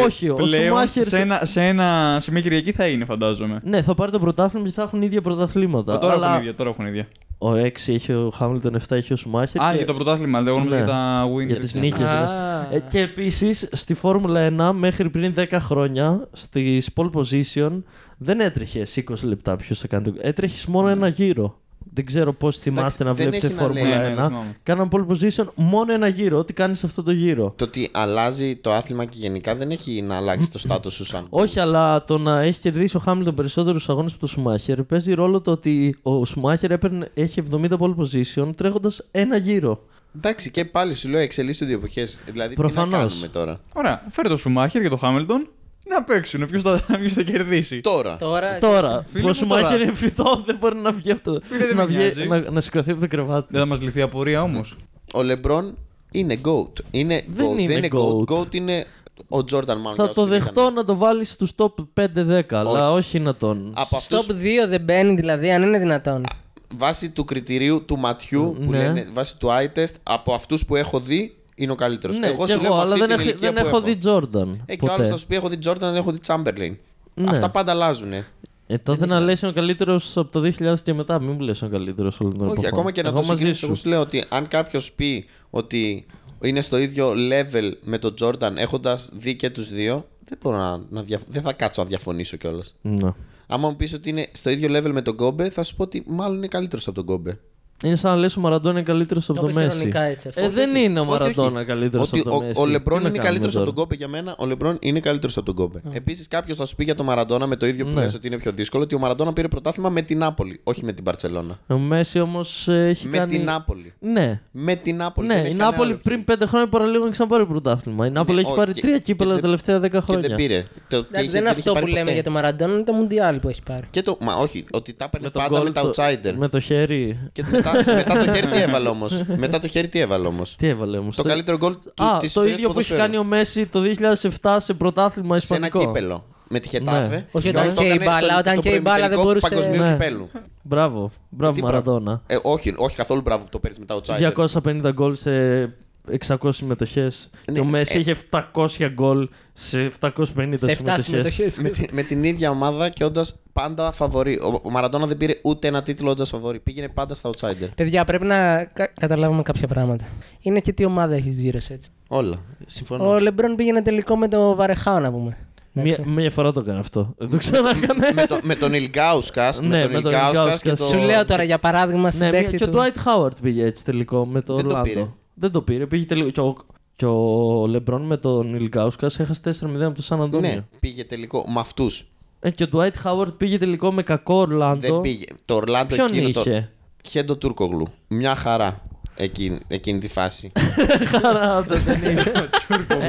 A: Όχι, ο
C: Ε, πλέον,
A: Σουμάχερ.
C: σε, ένα, σε, ένα, σε μια Κυριακή θα είναι, φαντάζομαι.
A: Ναι, θα πάρει το πρωτάθλημα και θα έχουν ίδια πρωταθλήματα.
C: Ε, τώρα
A: αλλά
C: έχουν ίδια. Τώρα έχουν ίδια.
A: Ο 6 έχει ο Χάμιλτον, 7 έχει ο Σουμάχερ.
C: Α,
A: και-
C: για το πρωτάθλημα. Δεν
A: Ναι.
C: γνωρίζω για τα Winter.
A: για τις
C: Series.
A: νίκες.
D: Α.
A: και επίσης στη Φόρμουλα 1 μέχρι πριν 10 χρόνια στις pole position δεν έτρεχε 20 λεπτά. Ποιος θα κάνει. το- Έτρεχε μόνο ένα γύρο. Δεν ξέρω πώς θυμάστε να
B: δεν
A: βλέπετε
B: έχει να λέει.
A: Φόρμουλα
C: Ναι, ναι,
A: 1.
C: θυμάμαι.
A: Κάναν pole position μόνο ένα γύρο. Ό,τι κάνεις αυτό το γύρο.
B: Το ότι αλλάζει το άθλημα και γενικά δεν έχει να αλλάξει το στάτο σου σαν.
A: Όχι, αλλά το να έχει κερδίσει ο Χάμιλτον περισσότερους αγώνες από τον Σουμάχερ παίζει ρόλο το ότι ο Σουμάχερ έπαιρνε, έχει 70 pole position τρέχοντας ένα γύρο.
B: Εντάξει, και πάλι σου λέω εξελίσσονται οι εποχές. Δηλαδή, τι να
A: Προφανώς.
B: κάνουμε τώρα.
C: Ωραία, φέρε το Σουμάχερ και το Χάμιλτον να παίξουν. Ποιος θα, ποιος θα κερδίσει.
B: Τώρα.
D: Τώρα.
A: Τώρα,
C: φίλε
A: ο
C: μου,
A: Σουμάχερ
C: τώρα.
A: είναι φυτό, δεν μπορεί να βγει από το.
C: Φίλε, δεν
A: να,
C: με νοιάζει. Ναι,
A: να, να σηκωθεί από το κρεβάτι.
C: Δεν θα μας λυθεί απορία όμως.
B: Ο Λεμπρόν είναι GOAT. Είναι
A: Δεν
B: goat.
A: είναι
B: δεν είναι GOAT.
A: goat.
B: GOAT είναι ο Τζόρνταν μάλλον. για
A: Θα
B: όσους
A: το
B: δεν
A: δεχτώ
B: είχαν.
A: να το βάλεις στους top 5-10, αλλά όχι να τον.
B: Από αυτούς,
D: Stop 2 δεν μπαίνει δηλαδή, αν είναι δυνατόν.
B: βάσει του κριτηρίου του ματιού, που
A: Ναι.
B: λένε, βάσει του eye test, από αυτούς που έχω δει, είναι ο καλύτερος.
A: Ναι,
B: εγώ
A: κι
B: σου λέω
A: εγώ,
B: με
A: αλλά
B: αυτή
A: δεν,
B: την
A: έχω,
B: ηλικία
A: δεν
B: που
A: έχω δει Jordan.
B: Ε, και ο άλλος
A: ποτέ.
B: θα σου πει: Έχω δει Jordan, δεν έχω δει Chamberlain.
A: Ναι.
B: Αυτά πάντα αλλάζουν.
A: Ε, τότε να λες είναι ο καλύτερος από το 2000 και μετά. Μην μου λες ο καλύτερος όλων των
B: Όχι,
A: εποχών.
B: ακόμα και να
A: Εγώ
B: το
A: μαζί
B: συγκρίνεις,
A: σου.
B: Εγώ σου λέω ότι αν κάποιος πει ότι είναι στο ίδιο level με τον Jordan έχοντας δει και τους δύο, δεν, μπορώ να, να δια- δεν θα κάτσω να διαφωνήσω κιόλας.
A: Ναι.
B: Άμα μου πεις ότι είναι στο ίδιο level με τον Κόμπε, θα σου πω ότι μάλλον είναι καλύτερος από τον Κόμπε.
A: Είναι σαν να λες ο Μαραντόνα είναι καλύτερος από
D: Το
A: τον
D: είπες
A: Μέση.
D: ειρωνικά έτσι αυτό.
A: Ε, δεν είναι ο
B: Όχι, όχι.
A: Μαραντόνα καλύτερο από
B: Ότι
A: τον
B: ο,
A: Μέση.
B: ο
A: Τι να
B: Λεμπρόν είναι
A: κάνουμε
B: καλύτερος από
A: τώρα.
B: τον Κόμπε για μένα. Ο Λεμπρόν είναι καλύτερος από τον Κόμπε. Επίσης, κάποιος θα σου πει για τον Μαραντόνα με το ίδιο που
A: Ναι.
B: λες ότι είναι πιο δύσκολο ότι ο Μαραντόνα πήρε πρωτάθλημα με την Νάπολη, όχι με την Παρσελώνα.
A: Ο Μέση όμως έχει
B: Με
A: κάνει.
B: την Νάπολη.
A: Ναι.
B: Με την Νάπολη.
A: Ναι,
B: δεν
A: η
B: έχει κανένα
A: Νάπολη
B: άλλο Ναι,
A: πριν πέντε χρόνια παραλίγο να ξαναπάρει πρωτάθλημα. Η Νάπολη έχει
B: ο-
A: πάρει
B: και-
A: τρία
B: και
A: κύπελα τα
B: δεν-
A: τελευταία δέκα
B: Και δεν
A: χρόνια.
B: πήρε. Το, και
D: Εντάξει,
B: είχε-
D: δεν είναι
B: είχε
D: αυτό
B: πάρει
D: που λέμε
B: ποτέ.
D: για το Μαραντόνα, είναι το Μουντιάλ που έχει πάρει.
B: Και το, μα όχι, ότι τα έπαιρνε
A: τον
B: πάντα
A: γκολ
B: με τα
A: το-
B: outsider.
A: Με το χέρι.
B: Και μετά, μετά το χέρι τι έβαλε όμως. Μετά το χέρι τι έβαλε όμως.
A: Τι έβαλε όμως.
B: το καλύτερο γκολ του
A: Α,
B: της
A: το
B: ιστορίας
A: ίδιο
B: του
A: που έχει
B: ποδοσφαίρου.
A: κάνει ο Μέση το 2007 σε πρωτάθλημα
B: σε ένα
A: Ισπανικό.
B: κύπελο. Με τη Χετάφε.
A: Ναι.
D: Όχι,
B: Και
D: όταν
B: αυτό
D: και η
B: έκανε στο-
D: μπάλα,
B: στο
D: όταν και η μπάλα δεν
B: προημιτελικό του
D: μπορούσε-
B: Παγκοσμίου
A: Ναι.
B: κυπέλου.
A: Μπράβο, μπράβο
B: Τι
A: Μαραντόνα.
B: Ε, όχι, όχι καθόλου μπράβο που το παίρνεις μετά ο Τσάιντερ.
A: 250 γκολ σε 600 συμμετοχέ. Και ο
B: Ναι,
A: Μέση
B: ε.
A: είχε 700 γκολ σε 750
D: Σε 7
A: συμμετοχές.
D: συμμετοχές.
B: Με, τη- με την ίδια ομάδα και όντας πάντα φαβορή. Ο, ο Μαραντόνα δεν πήρε ούτε ένα τίτλο όντας φαβορή. Πήγαινε πάντα στα outsider.
D: Παιδιά, πρέπει να κα- καταλάβουμε κάποια πράγματα. Είναι και τι ομάδα έχεις γύρω σου, έτσι.
B: Όλα. Συμφωνώ.
D: Ο Λεμπρόν πήγαινε τελικό με το Βαρεχάο, να πούμε.
A: Μία, μία φορά το έκανε αυτό. Δεν το ξανακάνε.
B: με, το, με τον Ηλγκάουσκα.
A: Ναι,
B: με τον
A: με τον
B: Ηλγκάουσκα και
A: Ηλγκάουσκα.
B: το.
D: Σου λέω τώρα για παράδειγμα
A: ναι, μία-
D: συμπέκτη
A: και ο
D: του.
A: Dwight Howard πήγε έτσι τελικό με το
B: Δεν το
A: Orlando.
B: πήρε.
A: Δεν το πήρε. Πήγε τελικό. Και ο, Και ο Λεμπρόν με τον Ιλγκάουσκα έχασε 4-0 από το Σαν Αντώνιο.
B: Ναι, πήγε τελικό με αυτούς.
A: Ε, και ο Dwight Howard πήγε τελικό με κακό Ορλάντο.
B: Δεν πήγε. Το Ορλάντο
A: Ποιον
B: εκείνο. Το...
A: είχε.
B: Χέντο Τούρκογλου. Μια χαρά εκείνη, εκείνη τη φάση.
A: Χαρά αυτό δεν είχε.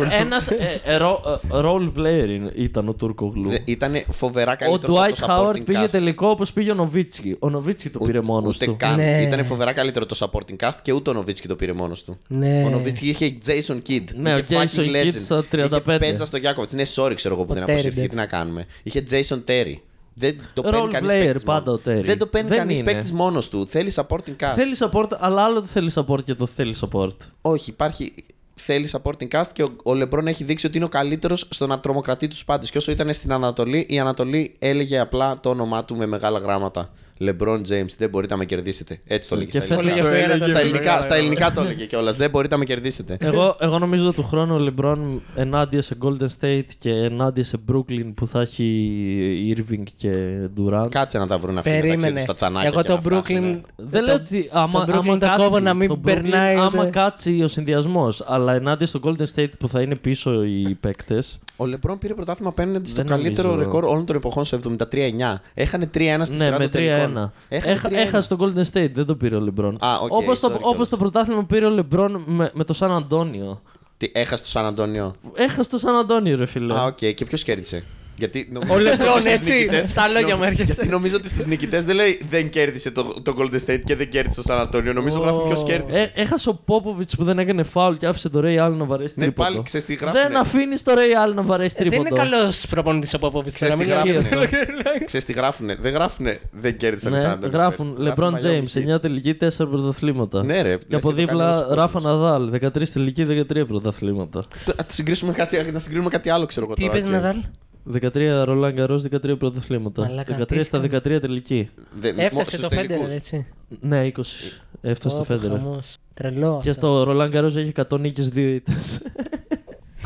A: Ένας ε, role player είναι- ήταν ο Τούρκογλου.
B: Ήταν φοβερά
A: Ο
B: καλύτερος
A: Dwight
B: από το supporting
A: Howard πήγε
B: cast.
A: τελικό όπως πήγε ο Νοβίτσκι. Ο Νοβίτσκι το πήρε μόνος
B: Ούτε
A: του.
B: καν.
D: Ναι.
B: Ήταν φοβερά καλύτερο το supporting cast και ούτε ο Νοβίτσκι το πήρε μόνος του.
D: Ναι.
B: Ο Νοβίτσκι είχε Jason Kidd.
A: Ναι, ο
B: είχε
A: Jason
B: fucking
A: Kidd
B: legend.
A: στα 35.
B: Είχε πέτσα στο Γιάκοβιτ. Ναι, sorry, ξέρω εγώ που
D: Ο
B: δεν
D: Terry
B: αποσύρθηκε.
D: Betts.
B: Τι να κάνουμε. Είχε Jason Terry. Δεν το παίρνει
A: Role
B: κανείς
A: player
B: παίκτης.
A: πάντα ο Terry.
B: Δεν το παίρνει
A: Δεν
B: κανείς
A: είναι.
B: παίκτης μόνος του. Θέλει supporting cast.
A: Θέλει support, αλλά άλλο το θέλει support και το θέλει support.
B: Όχι, υπάρχει. Θέλει supporting cast και ο, ο Λεμπρόν έχει δείξει ότι είναι ο καλύτερος στο να τρομοκρατεί τους πάντες. Και όσο ήταν στην Ανατολή, η Ανατολή έλεγε απλά το όνομά του με μεγάλα γράμματα. Λεμπρόν James, δεν μπορείτε να με κερδίσετε. Έτσι το έλεγε.
A: Και
B: Στα
A: φέτος-
B: ελληνικά,
D: Το έλεγε
B: στα
D: αυτό,
B: στα
D: ναι.
B: ελληνικά, στα ελληνικά το έλεγε κιόλας. Δεν μπορείτε να με κερδίσετε.
A: Εγώ, εγώ νομίζω του χρόνου ο Λεμπρόν ενάντια σε Golden State και ενάντια σε Brooklyn που θα έχει Irving και Durant.
B: Κάτσε να τα βρουν αυτοί μεταξύ
D: Περίμενε.
B: τους, τα τσανάκια.
D: Εγώ
B: και να ναι.
D: το Brooklyn.
B: φτάσουνε.
A: Δεν λέω ότι άμα,
D: το Brooklyn
A: άμα
D: το
A: κάτσει,
D: κόβω να μην
A: το Brooklyn,
D: περνάει ούτε-
A: άμα κάτσει ο συνδυασμός. Αλλά ενάντια στο Golden State που θα είναι πίσω οι παίκτες.
B: Ο Λεμπρόν πήρε πρωτάθλημα απέναντι στο
A: Δεν
B: καλύτερο
A: νομίζω.
B: ρεκόρ όλων των εποχών στο 73-9. Έχανε 3-1 στη
A: Ναι,
B: σειρά
A: με
B: των
A: 3-1.
B: τελικών. Έχανε
A: Έχα-
B: 3-1.
A: Έχασε το Golden State, δεν το πήρε ο Λεμπρόν.
B: Α, οκ,
A: Όπως
B: sorry
A: το, όπως
B: κιόλας.
A: το πρωτάθλημα που πήρε ο Λεμπρόν με, με το Σαν Αντώνιο.
B: Τι, έχασε το Σαν Αντώνιο.
A: Έχασε το Σαν Αντώνιο, ρε φίλε.
B: Α, οκ. Και ποιος κέρδισε. Γιατί νομίζω
D: Ο
B: ότι
D: Λεμπρόν,
B: στους
D: έτσι,
B: νικητές-
D: στα λόγια μου
B: Νο-
D: έρχεσαι.
B: Γιατί νομίζω ότι στους νικητές δεν λέει δεν κέρδισε το, το Golden State και δεν κέρδισε το Σαν Αντώνιο. Νομίζω
D: Ω.
B: γράφουν ποιος κέρδισε.
A: Ε, έχασε ο Πόποβιτ που δεν έκανε φάουλ και άφησε το Ρέι Άλ να βαρέσει
B: ναι,
A: τρίποντο.
B: πάλι ξέρεις τι γράφουνε.
A: δεν αφήνεις το Ρέι Άλ να βαρέσει
D: Ε,
A: τρίποντο.
D: Δεν είναι καλός προπονητής από απόψη.
B: Ξέρεις
D: να μην
B: τι
D: λέει
B: γράφουνε.
D: αυτό.
B: Ξέρεις τι γράφουνε. Δεν γράφουνε δεν κέρδισαν οι Σαν
A: Ναι,
B: Αντώνιο.
A: γράφουν LeBron James 9 τελική, 4 πρωταθλήματα.
B: Ναι, ρε,
A: και
B: λες
A: από
B: και το κάνει όλος
A: δίπλα
B: ο
A: Ράφα
B: κόσμος.
A: Ναδάλ 13 τελική, 13 πρωταθλήματα.
B: Να συγκρίνουμε κάτι, να συγκρίνουμε κάτι άλλο, ξέρω εγώ.
D: Τι
B: τώρα,
D: είπες,
B: και- ε,
D: Ναδάλ.
A: 13 Ρολάν Καρό, 13 πρωταθλήματα.
D: Μαλάκα,
A: 13 στα 13 τελική.
B: Δε- μο-
D: Έφτασε
B: στους
D: το Φέντερ,
B: τελικούς.
D: έτσι.
A: Ναι, 20. Έφτασε
D: Ω,
A: στο Φέντερ.
D: χαμός. Τρελό.
A: Και
D: αυτό.
A: στο Ρολάν Καρό έχει 100 νίκε, 2 ήττε.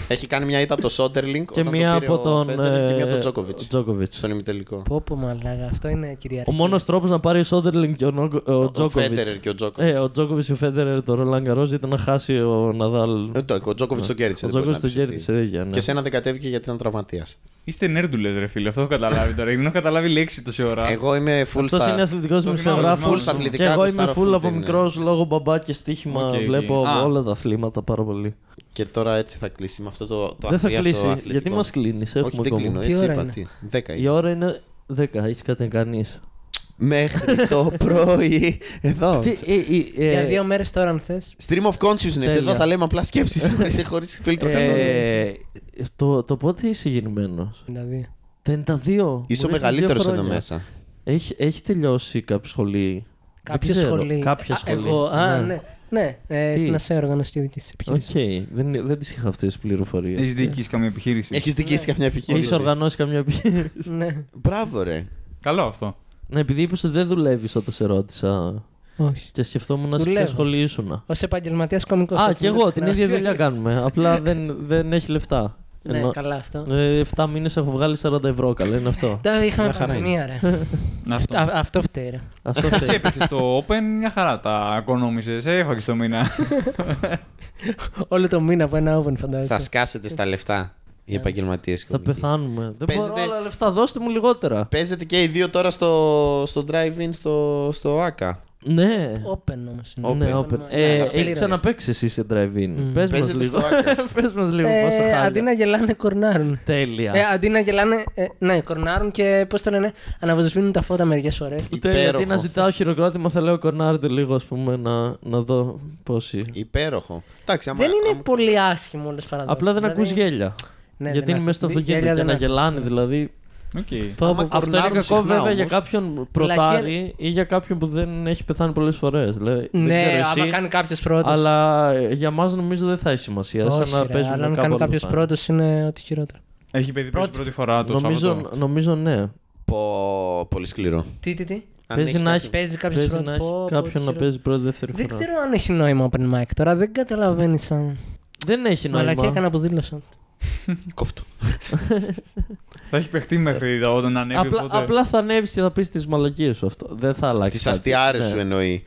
B: Έχει κάνει μια ήττα από το Σόντερλινγκ
A: και μία από τον.
B: Και μία από τον
A: ε,
B: Τζόκοβιτ.
A: Τζόκοβιτς.
B: Στον ημιτελικό.
D: Πω, πω, μαλάκα. Αυτό είναι κυριαρχικό.
A: Ο μόνος τρόπος να πάρει ο Σόντερλινγκ και ο, Νόγκο- ο
B: Ο
A: Τζόκοβιτ.
B: Φέντερερ και ο Τζόκοβιτ.
A: Ε, ο Τζόκοβιτ και ο Φέντερερ, το Ρολάν Καρό ήταν να χάσει ο Ναδάλ.
B: Ε, το- Ο Τζόκοβιτ τον κέρδισε.
A: Ο
B: δεν μπορείς
A: Τζόκοβιτ τον
B: να πεις ότι-
A: κέρδισε, δεν έγινε.
B: Και σένα δεν κατέβηκε γιατί ήταν τραυματίας.
C: Είστε νέρντουλες, ρε φίλε. Αυτό έχω καταλάβει τώρα. Δεν έχω καταλάβει λέξη τόση ώρα.
B: Εγώ είμαι full
A: Αυτός είναι
B: star.
A: αθλητικός
C: Το θυμάμαι,
A: δημοσιογράφο.
C: το
B: Full
C: θυμάμαι.
B: στα
A: Και
B: αθλητικά.
A: εγώ
B: το
A: είμαι
B: star
A: full
B: food
A: από
B: είναι.
A: μικρός λόγω μπαμπά και στοίχημα.
C: Οκ, οκ.
A: Βλέπω
C: Α.
A: όλα τα αθλήματα πάρα πολύ.
B: Και τώρα έτσι θα κλείσει με αυτό το, το
A: δεν θα
B: αχρίαστο
A: κλείσει.
B: αθλητικό.
A: Γιατί μας κλείνεις,
B: Όχι,
A: έχουμε
B: δεν
A: ακόμα.
B: κλείνω.
D: Τι
B: Έτσι
D: ώρα
B: είπα.
D: είναι?
B: Τι. Δέκα
A: Η
B: είναι.
A: ώρα είναι 10, έχεις κάτι να κάνεις.
B: Μέχρι το πρωί. Εδώ.
A: ε,
D: Για δύο μέρες τώρα, αν θες.
B: Stream of consciousness. Εδώ
A: Τέλεια. Ε,
B: θα λέμε απλά σκέψεις. Χωρίς φίλτρο καθόλου.
A: το, το πότε είσαι γεννημένος.
D: 52.
A: 52.
B: Είσαι ο
A: Μου δείχνεις δύο
B: μεγαλύτερο εδώ
A: χρόνια.
B: μέσα.
A: Έχει, έχει τελειώσει κάποιο σχολή. Δεν
D: Κάποια
A: ξέρω.
D: σχολή.
A: Κάποια
D: Α,
A: σχολή.
D: Εγώ, α, ναι. Ναι, ε,
A: Τι?
D: στην ΑΣΕ οργάνωση και διοίκηση
A: Οκ,
D: επιχειρήσεων.
A: δεν, δεν τις είχα αυτές τις πληροφορίες.
C: Έχεις διοικήσει καμία επιχείρηση.
B: Έχεις δικήσει
A: Ναι.
B: καμιά επιχείρηση.
A: Έχει οργανώσει καμιά επιχείρηση.
D: Ναι,
B: Μπράβο, ρε.
C: Καλό αυτό.
A: Ναι, επειδή είπες ότι δεν δουλεύεις όταν σε ρώτησα
D: όχι.
A: και σκεφτόμουν σε ποια
D: Δουλεύω.
A: σχολή ήσουν.
D: Ως επαγγελματίας κωμικό.
A: Α, και εγώ την ίδια δουλειά κάνουμε. Απλά δεν, δεν έχει λεφτά.
D: Ναι,
A: Ενώ-
D: καλά αυτό.
A: ε, 7 μήνες έχω βγάλει 40 ευρώ, καλά είναι αυτό.
D: Τώρα είχαμε
B: Μια χαρά
D: πανδημία, ρε.
C: Αυτό.
D: Α, Αυτό φταίει, ρε.
A: αυτό
C: Εσύ
A: θέλει.
C: έπαιξε στο Open μια χαρά τα οικονόμησε. Έφαγες το μήνα.
D: Όλο το μήνα από ένα open,
B: Θα
D: φαντάζεσαι. σκάσετε
B: σκάσετε στα λεφτά οι επαγγελματίε.
A: Ε, Θα πεθάνουμε. Δεν
B: Παίζετε-
A: μπορώ άλλα λεφτά, δώστε μου λιγότερα.
B: Παίζετε και οι δύο τώρα στο, στο drive-in στο, στο ΑΚΑ.
A: Ναι.
D: Open όμως.
A: Ναι,
B: Open.
A: open.
D: Ναι,
A: Ε,
D: αλλά
A: έχει
D: πήρε.
A: ξαναπέξει εσύ σε drive-in.
D: Μμμ. Ε,
A: Πες μας
B: Παίζετε
A: λίγο.
B: στο Άκα.
A: Πες μας λίγο, πόσο
D: Αντί
A: χάρη.
D: να γελάνε, κορνάρουν. Ε,
A: Τέλεια.
D: αντί να γελάνε, ε, ναι, κορνάρουν και πώς το λένε, αναβοσβήνουν τα φώτα μερικέ φορές.
A: Τέλεια. Αντί
B: υπέροχο.
A: να ζητάω χειροκρότημα, θα λέω κορνάρτε λίγο, ας πούμε, να, να δω πόσοι.
B: Υπέροχο. Εντάξει, άμα,
D: Δεν είναι
B: άμα-
D: πολύ άσχημο όλες παραδόσεις.
A: Απλά δεν ακούς γέλια.
D: δηλαδή. Ναι,
A: Γιατί
D: δεν
A: είναι μέσα στο
D: ακούς.
A: αυτοκίνητο
D: Γέλια
A: και
D: δεν
A: να
D: ακούς.
A: γελάνε, δηλαδή.
C: Οκ.
B: άμα
D: Αυτό
A: Αυτό είναι
B: κορνάρουν
A: κακό
B: συχνά
A: βέβαια
B: όμως,
A: για κάποιον πρωτάρι ή για κάποιον που δεν έχει πεθάνει πολλές φορές. δεν
D: Ναι,
A: ξέρω
D: άμα
A: εσύ,
D: κάνει κάποιος πρώτος.
A: αλλά ε, για μας νομίζω δεν θα έχει σημασία. σαν να
D: Όχι, ρε,
A: παίζουμε
D: αλλά αν
A: κάπου
D: κάνει
A: άλλο
D: κάποιος
A: θα είναι.
D: πρώτος είναι ό,τι χειρότερο.
C: Έχει παιδί πρώτη,
D: Πρώτη-
C: πρώτη φορά το
A: Νομίζω,
C: Σάββατο.
A: νομίζω ναι.
B: Πω, πολύ σκληρό.
D: Τι, τι, τι.
B: Αν
A: Παίζει να
B: κάποιο-
A: έχει-
D: Παίζει κάποιος
A: Παίζει
D: πρώτος.
A: να
D: Πω,
A: έχει
D: πω,
A: κάποιον να
D: χειρότερο.
A: παίζει πρώτη δεύτερη
D: Δεν
A: φορά.
D: ξέρω αν έχει νόημα open mic τώρα. Δεν καταλαβαίνεις σαν.
A: Δεν έχει νόημα.
D: Μαλακή έκανα που δήλωσαν.
B: Κόφτο.
C: Θα έχει παιχτεί μέχρι τα- όταν ανέβει.
A: Απλά,
C: οπότε...
A: απλά θα ανέβεις και θα πεις τις μαλακίες σου αυτό. Δεν θα αλλάξει.
B: Τις
A: κάτι.
B: αστιάρες
A: Ναι.
B: σου εννοεί.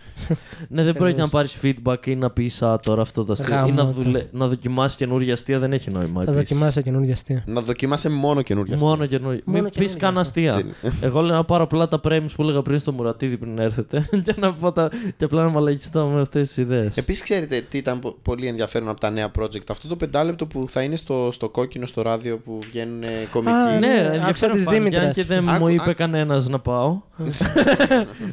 A: Ναι, δεν πρόκειται να
D: Εννοείς.
A: πάρεις feedback ή να πεις Α, τώρα αυτό το αστείο. ή να,
D: Γαμώτο.
A: δουλε... να δοκιμάσεις καινούργια αστεία δεν έχει νόημα.
D: Θα
A: επίσης.
D: δοκιμάσω καινούργια αστεία.
B: Να δοκιμάσαι μόνο καινούργια.
A: Μόνο καινούργια. Μην πεις
D: καινούργια.
A: καν αστεία.
B: Τι-
A: Εγώ λέω να πάρω απλά τα πρέμι που έλεγα πριν στο Μουρατίδη πριν έρθετε και να πω τα... και απλά να μαλακιστώ με αυτές τις ιδέες.
B: Επίσης, ξέρετε τι ήταν πο- πολύ ενδιαφέρον από τα νέα project. Αυτό το πεντάλεπτο που θα είναι στο, στο κόκκινο στο ράδιο που βγαίνουν ε, κομικοί.
D: Α,
A: Ναι,
D: ναι, άκουσα
A: ενδιαφέρον
D: της
A: φάνηκε, αν
D: Δήμητρας.
A: και δεν
B: Άκου-
A: μου είπε
B: άκου-
A: κανένας να πάω.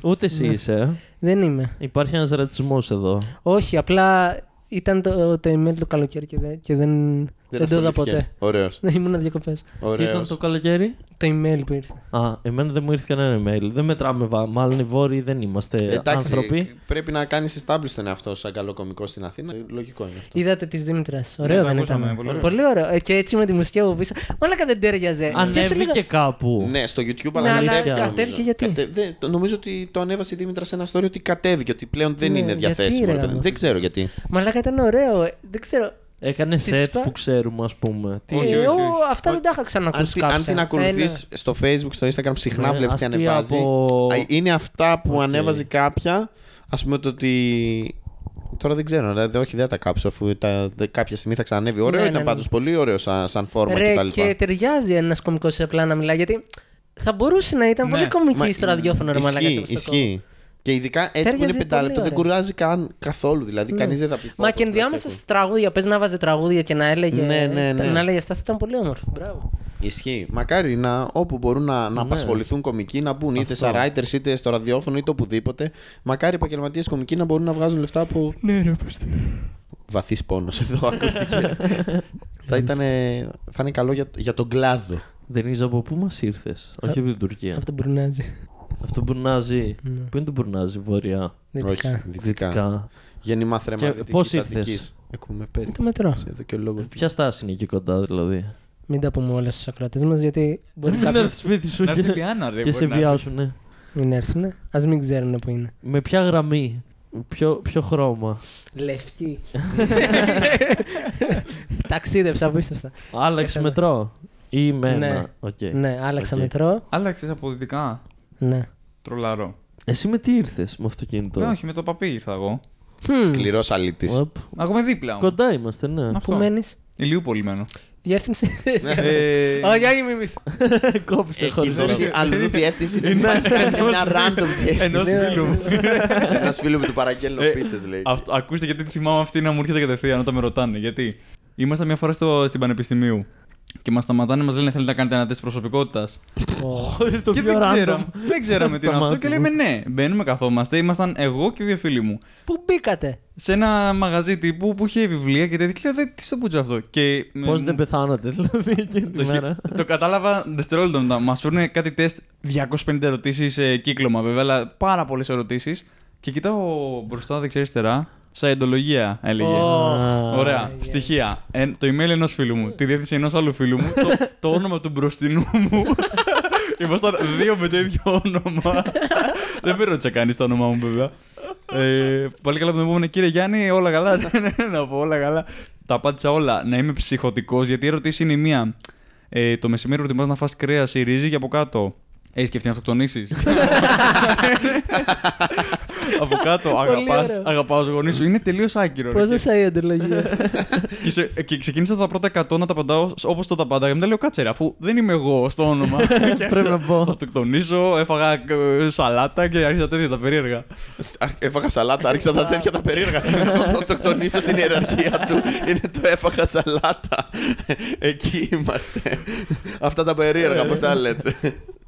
A: Ούτε εσύ
D: Ναι.
A: είσαι. ε.
D: Δεν είμαι.
A: Υπάρχει ένας ρατσισμός εδώ.
D: Όχι, απλά ήταν το, το email το καλοκαίρι και δεν, και δεν, δεν το είδα ποτέ.
B: Ωραίος.
D: Ναι, ήμουν διακοπές.
A: Τι ήταν το καλοκαίρι.
D: Το email που ήρθε.
A: Α, εμένα δεν μου ήρθε κανένα email. Δεν μετράμε, βα- μάλλον οι Βόρειοι δεν είμαστε
B: Εντάξει,
A: άνθρωποι.
B: πρέπει να κάνεις establish τον εαυτό σου σαν καλό κωμικό στην Αθήνα. Ε, Λογικό είναι αυτό.
D: Είδατε τη Δήμητρα. Ωραίο
C: το
D: δεν
C: ακούσαμε,
D: ήταν.
C: πολύ ωραίο.
D: Πολύ ωραίο. Ε, Και έτσι με τη μουσική από πίσω. Μαλάκα δεν τέριαζε. Σκέψου Ε, λίγο-
A: Ανέβηκε κάπου.
B: Ναι, στο YouTube
D: Ναι, αλλά
B: ανακατεύτηκε.
A: κατέβηκε
B: νομίζω.
D: γιατί?
B: Κατε- δεν- το- Νομίζω ότι το ανέβασε η Δήμητρα σε ένα story ότι κατέβηκε, ότι πλέον δεν
D: Ναι,
B: είναι
D: γιατί,
B: διαθέσιμο.
D: ρε,
B: ρε παιδί.
D: γαμώ.
B: δεν ξέρω γιατί.
D: Μαλάκα ήταν ωραίο. Ε, Δεν ξέρω.
A: Έκανε
D: Τις
A: σετ
D: πα-
A: που ξέρουμε, ας πούμε. Τι
C: Όχι,
D: Ε,
C: όχι,
D: ο,
C: όχι.
D: Αυτά δεν τα είχα
B: Αν,
D: ξανακούσει
B: τη-
D: κάποτε.
B: αν την ακολουθείς στο Facebook, στο Instagram, συχνά
A: Ναι,
B: βλέπεις τι
A: αστεία
B: ανεβάζει.
A: από-
B: Α, Είναι αυτά που
A: Οκ.
B: ανέβαζε κάποια. Ας πούμε το ότι. Τώρα δεν ξέρω, δηλαδή, όχι, δεν θα τα κάψω αφού τα, δε- κάποια στιγμή θα ξανανεύει. Ωραίο
D: Ναι,
B: ήταν
D: ναι,
B: πάντως, πολύ ωραίο σαν, σαν φόρμα
D: Ρε,
B: κτλ.
D: και ταιριάζει ένας κωμικός απλά να μιλάει. Γιατί θα μπορούσε να ήταν
C: Ναι.
D: πολύ κωμική στο ραδιόφωνο, ρε Μαλάκα.
B: Ισχύει,
D: έτσι όπως το ακούω.
B: ισχύει. Και ειδικά έτσι που
D: Τέριαζε
B: είναι
D: πολύ
B: πεντάλεπτο δεν
D: ωραία. Ναι.
B: κουράζει καν καθόλου. Δηλαδή, κανείς δεν θα πει.
D: Μα
B: «Πω,
D: και
B: πω,
D: ενδιάμεσα
B: τι
D: στα τραγούδια. Πες να βάζει τραγούδια και να έλεγε.
B: Ναι, ναι, ναι.
D: Να έλεγε αυτά θα ήταν πολύ όμορφο. Μπράβο.
B: Ισχύει. Μακάρι να, όπου μπορούν να, να απασχοληθούν κομικοί, να μπουν είτε σε writers, είτε στο ραδιόφωνο, είτε οπουδήποτε. Μακάρι οι επαγγελματίες κομικοί να μπορούν να βγάζουν λεφτά από.
D: Ναι, ρε,
B: Βαθύς πόνος εδώ, ακούστηκε. θα, ήταν, ε, θα είναι καλό για, για τον κλάδο.
A: Δεν είσαι από πού μας ήρθες. Όχι από την Τουρκία.
D: Από τον Μπουρνάζη.
A: Από τον Μπουρνάζη.
D: Ναι,
A: Πού είναι το Μπουρνάζη, βορειά.
D: Δυτικά.
B: Όχι, δυτικά.
A: Δυτικά.
B: Γεννημά θρεμά
A: Και πώς
B: δυτικής
A: ήρθες?
B: Αττικής. Έχουμε πέρι.
D: Το μετρό.
B: Εδώ και λόγο.
A: Ποια στάση είναι εκεί κοντά, δηλαδή.
D: Μην τα πούμε όλα στους ακροατές μας, γιατί μπορεί
A: Είναι
D: κάποιοι
A: στο σπίτι σου
C: Να έρθει η
A: και,
C: Λιάννα, ρε.
A: και
C: μπορεί
A: σε
C: να-
A: βιάζουνε.
D: μην έρθουν. Ας μην ξέρουν που είναι.
A: Με ποια γραμμή, ποιο, ποιο χρώμα.
D: Λευκή. Ταξίδεψα απίστευτα.
A: Άλλαξε μετρό. Ή με
D: Ναι.
A: ένα. Οκ.
D: Ναι, άλλαξα
A: Οκ.
D: μετρό.
C: Άλλαξες από δυτικά.
D: Ναι.
C: Τρολαρό.
A: Εσύ με τι ήρθες με αυτοκίνητο.
C: Ναι, όχι, με το παπί ήρθα εγώ.
B: Σκληρός αλήτης.
A: Οπ.
C: Ακόμα δίπλα. μου.
A: Κοντά είμαστε, ναι.
C: Αυτό.
D: Πού μένεις,
C: Ηλιούπολη μένω.
D: διεύθυνση.
B: Ναι.
C: Ε,
D: Όχι, όχι, μη πει.
A: Κόψε
B: Έχει
A: χωρίς
B: δώσει αλλού διεύθυνση.
A: Ναι.
B: Δεν υπάρχει καν μια random
C: Ενό
B: διεύθυνση.
C: φίλου μου.
B: Ένα φίλο με του παραγγέλνω
C: Ε,
B: πίτσες, λέει.
C: αυτό- Ακούστε γιατί τη θυμάμαι αυτή να μου έρχεται κατευθείαν όταν με ρωτάνε. Γιατί ήμασταν μια φορά στο, στην Πανεπιστημίου και μας σταματάνε, μας λένε Θέλετε να κάνετε ένα τεστ προσωπικότητα.
A: χωρίς το
C: Και
A: πιο
C: δεν
A: random.
C: ξέραμε, δεν ξέραμε τι είναι αυτό. Και λέμε ναι, μπαίνουμε, καθόμαστε. Ήμασταν εγώ και δύο φίλοι μου
D: Πού μπήκατε.
C: σε ένα μαγαζί τύπου που είχε βιβλία και τέτοια. Και λέω, «Δε, Τι στο πούτσο αυτό. Και με-
A: Πώς δεν πεθάνατε, δηλαδή, εκείνη
C: το,
A: τη
C: χει-
A: μέρα.
C: το κατάλαβα δευτερόλεπτα μετά. Μας φέρνουν κάτι τεστ 250 ερωτήσει ε, κύκλωμα βέβαια, αλλά πάρα πολλές ερωτήσεις. Και κοιτάω μπροστά, δεξιά-αριστερά. Σαν εντολογία έλεγε.
D: Ωχ.
C: Ωραία. Στοιχεία. Ε, το email ενός φίλου μου. Τη διεύθυνση ενός άλλου φίλου μου. το, το όνομα του μπροστινού μου. Ήμασταν δύο με το ίδιο όνομα. Δεν με ρώτησε κανείς το όνομά μου, βέβαια. Ε, πολύ καλά που με επόμενο κύριε Γιάννη, όλα καλά. Ναι, ναι, να πω όλα καλά. Τα απάντησα όλα. Να είμαι ψυχοτικός, γιατί η ερώτηση είναι η μία. Ε, το μεσημέρι προτιμά να φας κρέας ή ρύζι και από κάτω. Έχεις σκεφτεί να αυτοκτονήσεις. από κάτω, αγαπάς,
D: ωραίο.
C: αγαπάω τους γονείς σου. Είναι τελείως άκυρο. ρε.
D: Πώς ζούσα η αντιλογία.
C: Και, σε- ε, και ξεκίνησα τα πρώτα 100 να τα απαντάω όπω τα απαντάγα. Και Μετά λέω κάτσε, ρε, αφού δεν είμαι εγώ στο όνομα. Και
A: Πρέπει να πω.
C: θα αυτοκτονήσω, έφαγα ε, σαλάτα και άρχισα τέτοια τα περίεργα.
B: Α, Έφαγα σαλάτα, άρχισα τα τέτοια τα περίεργα. Θα αυτοκτονήσω στην ιεραρχία του. Είναι το έφαγα σαλάτα. Εκεί είμαστε. Αυτά τα
C: Ε.
B: περίεργα, πώς τα λέτε.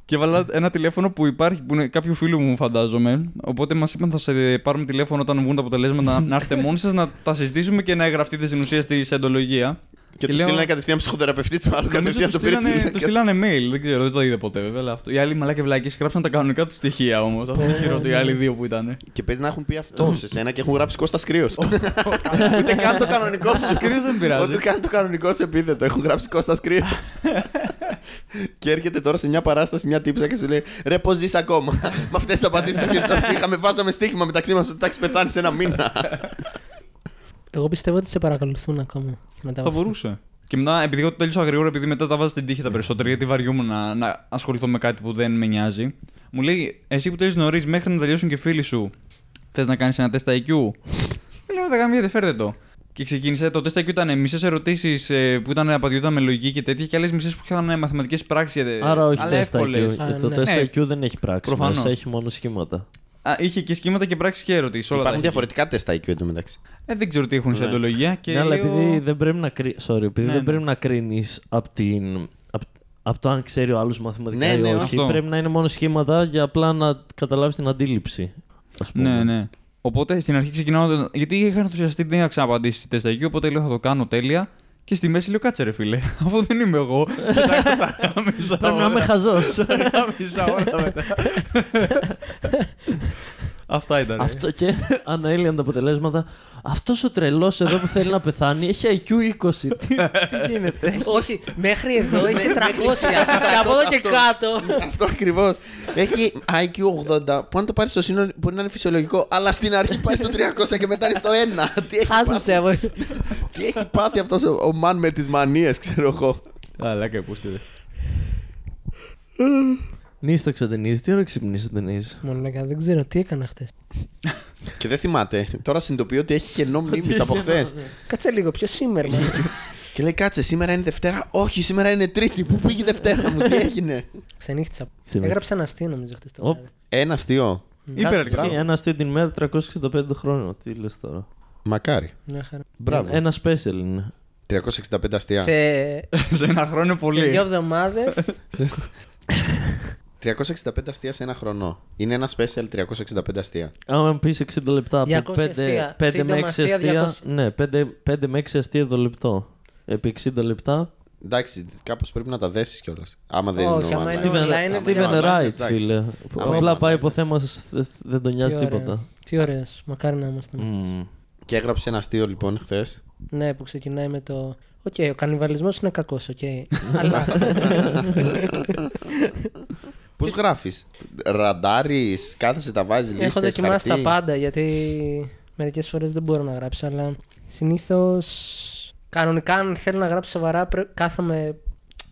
C: Και βάλα ένα τηλέφωνο που υπάρχει, που είναι κάποιου φίλου μου, φαντάζομαι. Οπότε μας είπαν θα σε πάρουμε τηλέφωνο όταν βγουν τα αποτελέσματα, να έρθετε μόνοι σας να τα συζητήσουμε και να εγγραφτείτε στην ουσία στη σεντολογία.
B: Και τους
C: λέω-
B: στείλανε κατευθείαν ψυχοθεραπευτή του άλλου.
C: Νομίζω
B: Κατευθείαν το
C: του
B: πήρε
C: στείλανε,
B: τηλέφωνο.
C: τους στείλανε mail, δεν ξέρω, δεν το είδα ποτέ βέβαια. Αλλά αυτό. Οι άλλοι μαλάκες βλάκες γράψαν τα κανονικά τους στοιχεία όμως. Αυτό είναι χειρότερο, οι άλλοι δύο που ήταν.
B: Και παίζει να έχουν πει αυτό σε σένα και έχουν γράψει Κώστας Κρύος. Ούτε καν το κανονικό σου.
C: Κρύος δεν πειράζει.
B: Ούτε καν το κανονικό σου επίθετο. Έχουν γράψει Κώστας Κρύος. Και έρχεται τώρα σε μια παράσταση μια τύψα και σου λέει Ρε, πώς ζεις ακόμα. Με αυτές τις απαντήσεις που είχε είχαμε, βάζαμε στοίχημα μεταξύ μας ότι θα έχεις πεθάνει σε ένα μήνα.
D: Εγώ πιστεύω ότι σε παρακολουθούν ακόμα. μετά από
C: Θα
D: αυτό.
C: μπορούσε. Και μετά, επειδή εγώ το τέλειωσα γρήγορα, επειδή μετά τα βάζω στην τύχη τα περισσότερα, γιατί βαριούμουν να, να ασχοληθώ με κάτι που δεν με νοιάζει. Μου λέει, εσύ που τελειώσει νωρίς, μέχρι να τελειώσουν και φίλοι σου, θες να κάνεις ένα τεστ IQ. Λέω, δεν γαμιέται, φέρτε το. Και ξεκίνησε. Το τεστ IQ ήταν μισές ερωτήσεις που ήταν απαντιόταν με λογική και τέτοια, και άλλες μισές που είχαν μαθηματικές πράξεις.
A: Άρα όχι
C: ε, αλλά
A: τεστ IQ.
C: εύκολες.
A: γιατί
D: Α,
A: το
D: ναι.
A: τεστ
C: Ναι.
A: IQ δεν έχει πράξη.
C: Προφανώς.
A: Μέσα έχει μόνο σχήματα.
C: Α, είχε και σχήματα και πράξεις και ερωτήσεις. Όλα τα
B: Υπάρχουν
C: είχε.
B: διαφορετικά τεστ IQ εντωμεταξύ.
C: Ε, δεν ξέρω τι έχουν σε
B: Ναι.
C: αντολογία. Και
A: ναι, αλλά
C: λέω-
A: επειδή δεν πρέπει να, κρι... Sorry, επειδή
C: Ναι,
A: δεν
C: ναι.
A: πρέπει να κρίνεις από την... απ- απ' το αν ξέρει ο άλλος μαθηματικά
B: Ναι,
A: ή
B: ναι,
A: όχι.
C: αυτό.
A: Πρέπει να είναι μόνο σχήματα για απλά να καταλάβεις την αντίληψη. Ας πούμε.
C: Ναι, ναι. Οπότε στην αρχή ξεκινάω. Γιατί είχα ενθουσιαστεί, δεν είχα ξαναπαντήσει στη τεστ IQ, οπότε λέω θα το κάνω τέλεια. Και στη μέση λέω κάτσε ρε φίλε, αφού δεν είμαι εγώ. Κοιτάξτε τα μισά
A: Πρέπει να είμαι
C: ώρα.
A: χαζός.
C: Τα μισά ώρα μετά. Αυτά ήταν.
A: Αυτό και αναέλυαν τα αποτελέσματα. Αυτός ο τρελός εδώ που θέλει να πεθάνει έχει IQ 20. Τι, τι γίνεται.
D: Όχι, μέχρι εδώ είσαι 300. και από εδώ και
B: Αυτό.
D: κάτω.
B: Αυτό ακριβώς. Έχει IQ 80 που αν το πάρεις στο σύνολο μπορεί να είναι φυσιολογικό, αλλά στην αρχή πάει στο 300 και μετά είναι στο 1. Τι έχει πάθει,
D: Χάζεψε. εγώ.
B: τι έχει πάθει αυτός ο man με τις μανίες, ξέρω εγώ.
C: Αλλά και πού σκέφτε.
A: Νίσταξε ο Ντενίζ, τι ώρα ξυπνήσει ο Ντενίζ.
D: Μαλάκα, δεν ξέρω τι έκανα χθες.
B: Και δεν θυμάται. Τώρα συνειδητοποιεί ότι έχει κενό ναι. μνήμη από χθε.
D: Κάτσε λίγο, πιο σήμερα.
B: Και λέει, κάτσε, σήμερα είναι Δευτέρα. Όχι, σήμερα είναι Τρίτη. Πού πήγε η Δευτέρα μου, τι έγινε.
D: Ξενύχτησα. Έγραψα ένα αστείο νομίζω χθες το
A: Οπ.
D: βράδυ.
B: Ένα αστείο.
C: Υπεραρκετό.
A: Τι, Ένα αστείο την μέρα 365 χρόνια. Τι λες τώρα.
B: Μακάρι.
D: Μια Ναι, χαρά.
B: Μπράβο.
A: Ένα special είναι.
B: 365 αστεία.
D: Σε,
C: Σε ένα χρόνο
D: σε δύο
C: πολύ.
D: εβδομάδε
B: 365 αστεία σε ένα χρονό. Είναι ένα special 365 αστεία.
A: Άμα πει 60 λεπτά από
D: 200
A: 5,
D: αστεία.
A: 5 με
D: Σύντομα
A: 6
D: αστεία,
A: αστεία.
D: 200.
A: Ναι, 5, με 6 αστεία το λεπτό. Επί 60 λεπτά.
B: Εντάξει, κάπως πρέπει να τα δέσεις κιόλας. Άμα δεν
D: Όχι,
B: είναι
D: άμα
B: ο
D: είναι
A: Steven,
B: Steven-
D: online,
A: Steven
D: είναι
A: Wright,
B: εντάξει.
A: φίλε.
B: Άμα
A: Απλά
B: είναι
A: πάει
B: online.
A: από θέμα, σας, δε- δεν τον νοιάζει
D: Τι ωραίο.
A: τίποτα. Mm.
D: Τι ωραίο. Μακάρι να ήμασταν εμείς.
A: Μμμ.
B: Και έγραψε ένα αστείο λοιπόν χθες.
D: Ναι, που ξεκινάει με το. Οκ, ο κανιβαλισμός είναι κακός, οκ. Αλλά.
B: Πώς γράφεις, Ραντάρι, κάθεσαι, τα βάζεις λίστε.
D: Έχω δοκιμάσει τα πάντα γιατί μερικές φορές δεν μπορώ να γράψω. Αλλά συνήθως. Κανονικά, αν θέλω να γράψω σοβαρά, πρέ... κάθομαι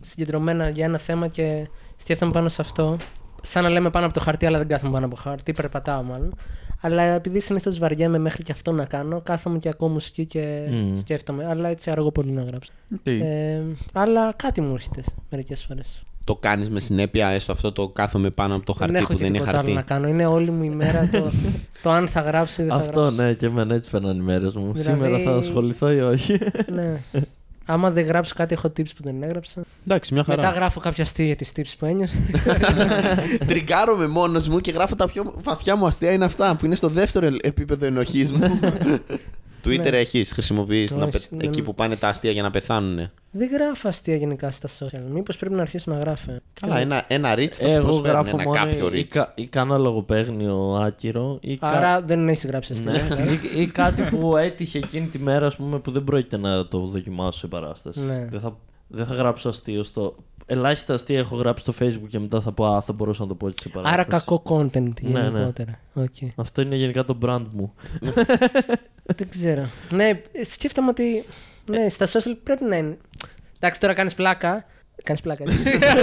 D: συγκεντρωμένα για ένα θέμα και σκέφτομαι πάνω σε αυτό. Σαν να λέμε πάνω από το χαρτί, αλλά δεν κάθομαι πάνω από το χαρτί, περπατάω μάλλον. Αλλά επειδή συνήθως βαριέμαι μέχρι και αυτό να κάνω, κάθομαι και ακούω μουσική και
A: Μμμ.
D: σκέφτομαι. Αλλά έτσι αργώ πολύ να γράψω.
C: Τι.
D: Ε, αλλά κάτι μου έρχεται μερικές φορές.
B: Το κάνεις με συνέπεια, έστω αυτό το κάθομαι πάνω από το
D: Δεν
B: χαρτί
D: έχω
B: που
D: και
B: δεν είναι
D: τίποτα άλλο να
B: χαρτί.
D: κάνω. Είναι όλη μου η μέρα το, το αν θα γράψει ή δεν θα
A: Αυτό
D: γράψει.
A: ναι, και εμένα έτσι φαίναν οι μέρες μου.
D: Δηλαδή-
A: Σήμερα θα ασχοληθώ ή όχι.
D: ναι. Άμα δεν γράψω κάτι, έχω tips που δεν έγραψα.
B: Εντάξει, μια
D: Μετά
B: χαρά.
D: γράφω κάποια αστεία για τι tips που ένιωσα.
B: Τριγκάρομαι μόνος μου και γράφω τα πιο βαθιά μου αστεία είναι αυτά που είναι στο δεύτερο ελ- επίπεδο ενοχής μου. Twitter
D: Ναι.
B: έχεις χρησιμοποιήσει
D: Όχι, δεν-
B: εκεί που πάνε τα αστεία για να πεθάνουν.
D: δεν γράφω αστεία γενικά στα social. Μήπως πρέπει να αρχίσω να γράφω.
B: Καλά, ένα, ένα reach θα σου
A: Εγώ
B: προσφέρουν
A: γράφω
B: ένα
A: μόνο
B: κάποιο
A: ή,
B: reach.
A: κα- ή κάνω λογοπαίγνιο άκυρο ή, κα-
D: Άρα δεν έχεις γράψει αστεία.
A: ναι, ή, ή κάτι που έτυχε εκείνη τη μέρα ας πούμε, που δεν πρόκειται να το δοκιμάσω σε παράσταση.
D: Ναι.
A: Δεν, θα, δεν θα γράψω αστείο. Στο... Ελάχιστα αστεία έχω γράψει στο facebook και μετά θα πω Α, θα μπορούσα να το πω έτσι σε παράσταση.
D: Άρα κακό content
A: Ναι, ναι.
D: γενικότερα. Οκ.
A: Αυτό είναι γενικά το brand μου.
D: Δεν ξέρω. Ναι, σκέφτομαι ότι. Ναι, στα social πρέπει να είναι. Εντάξει, τώρα κάνεις πλάκα. Κάνεις πλάκα. έτσι.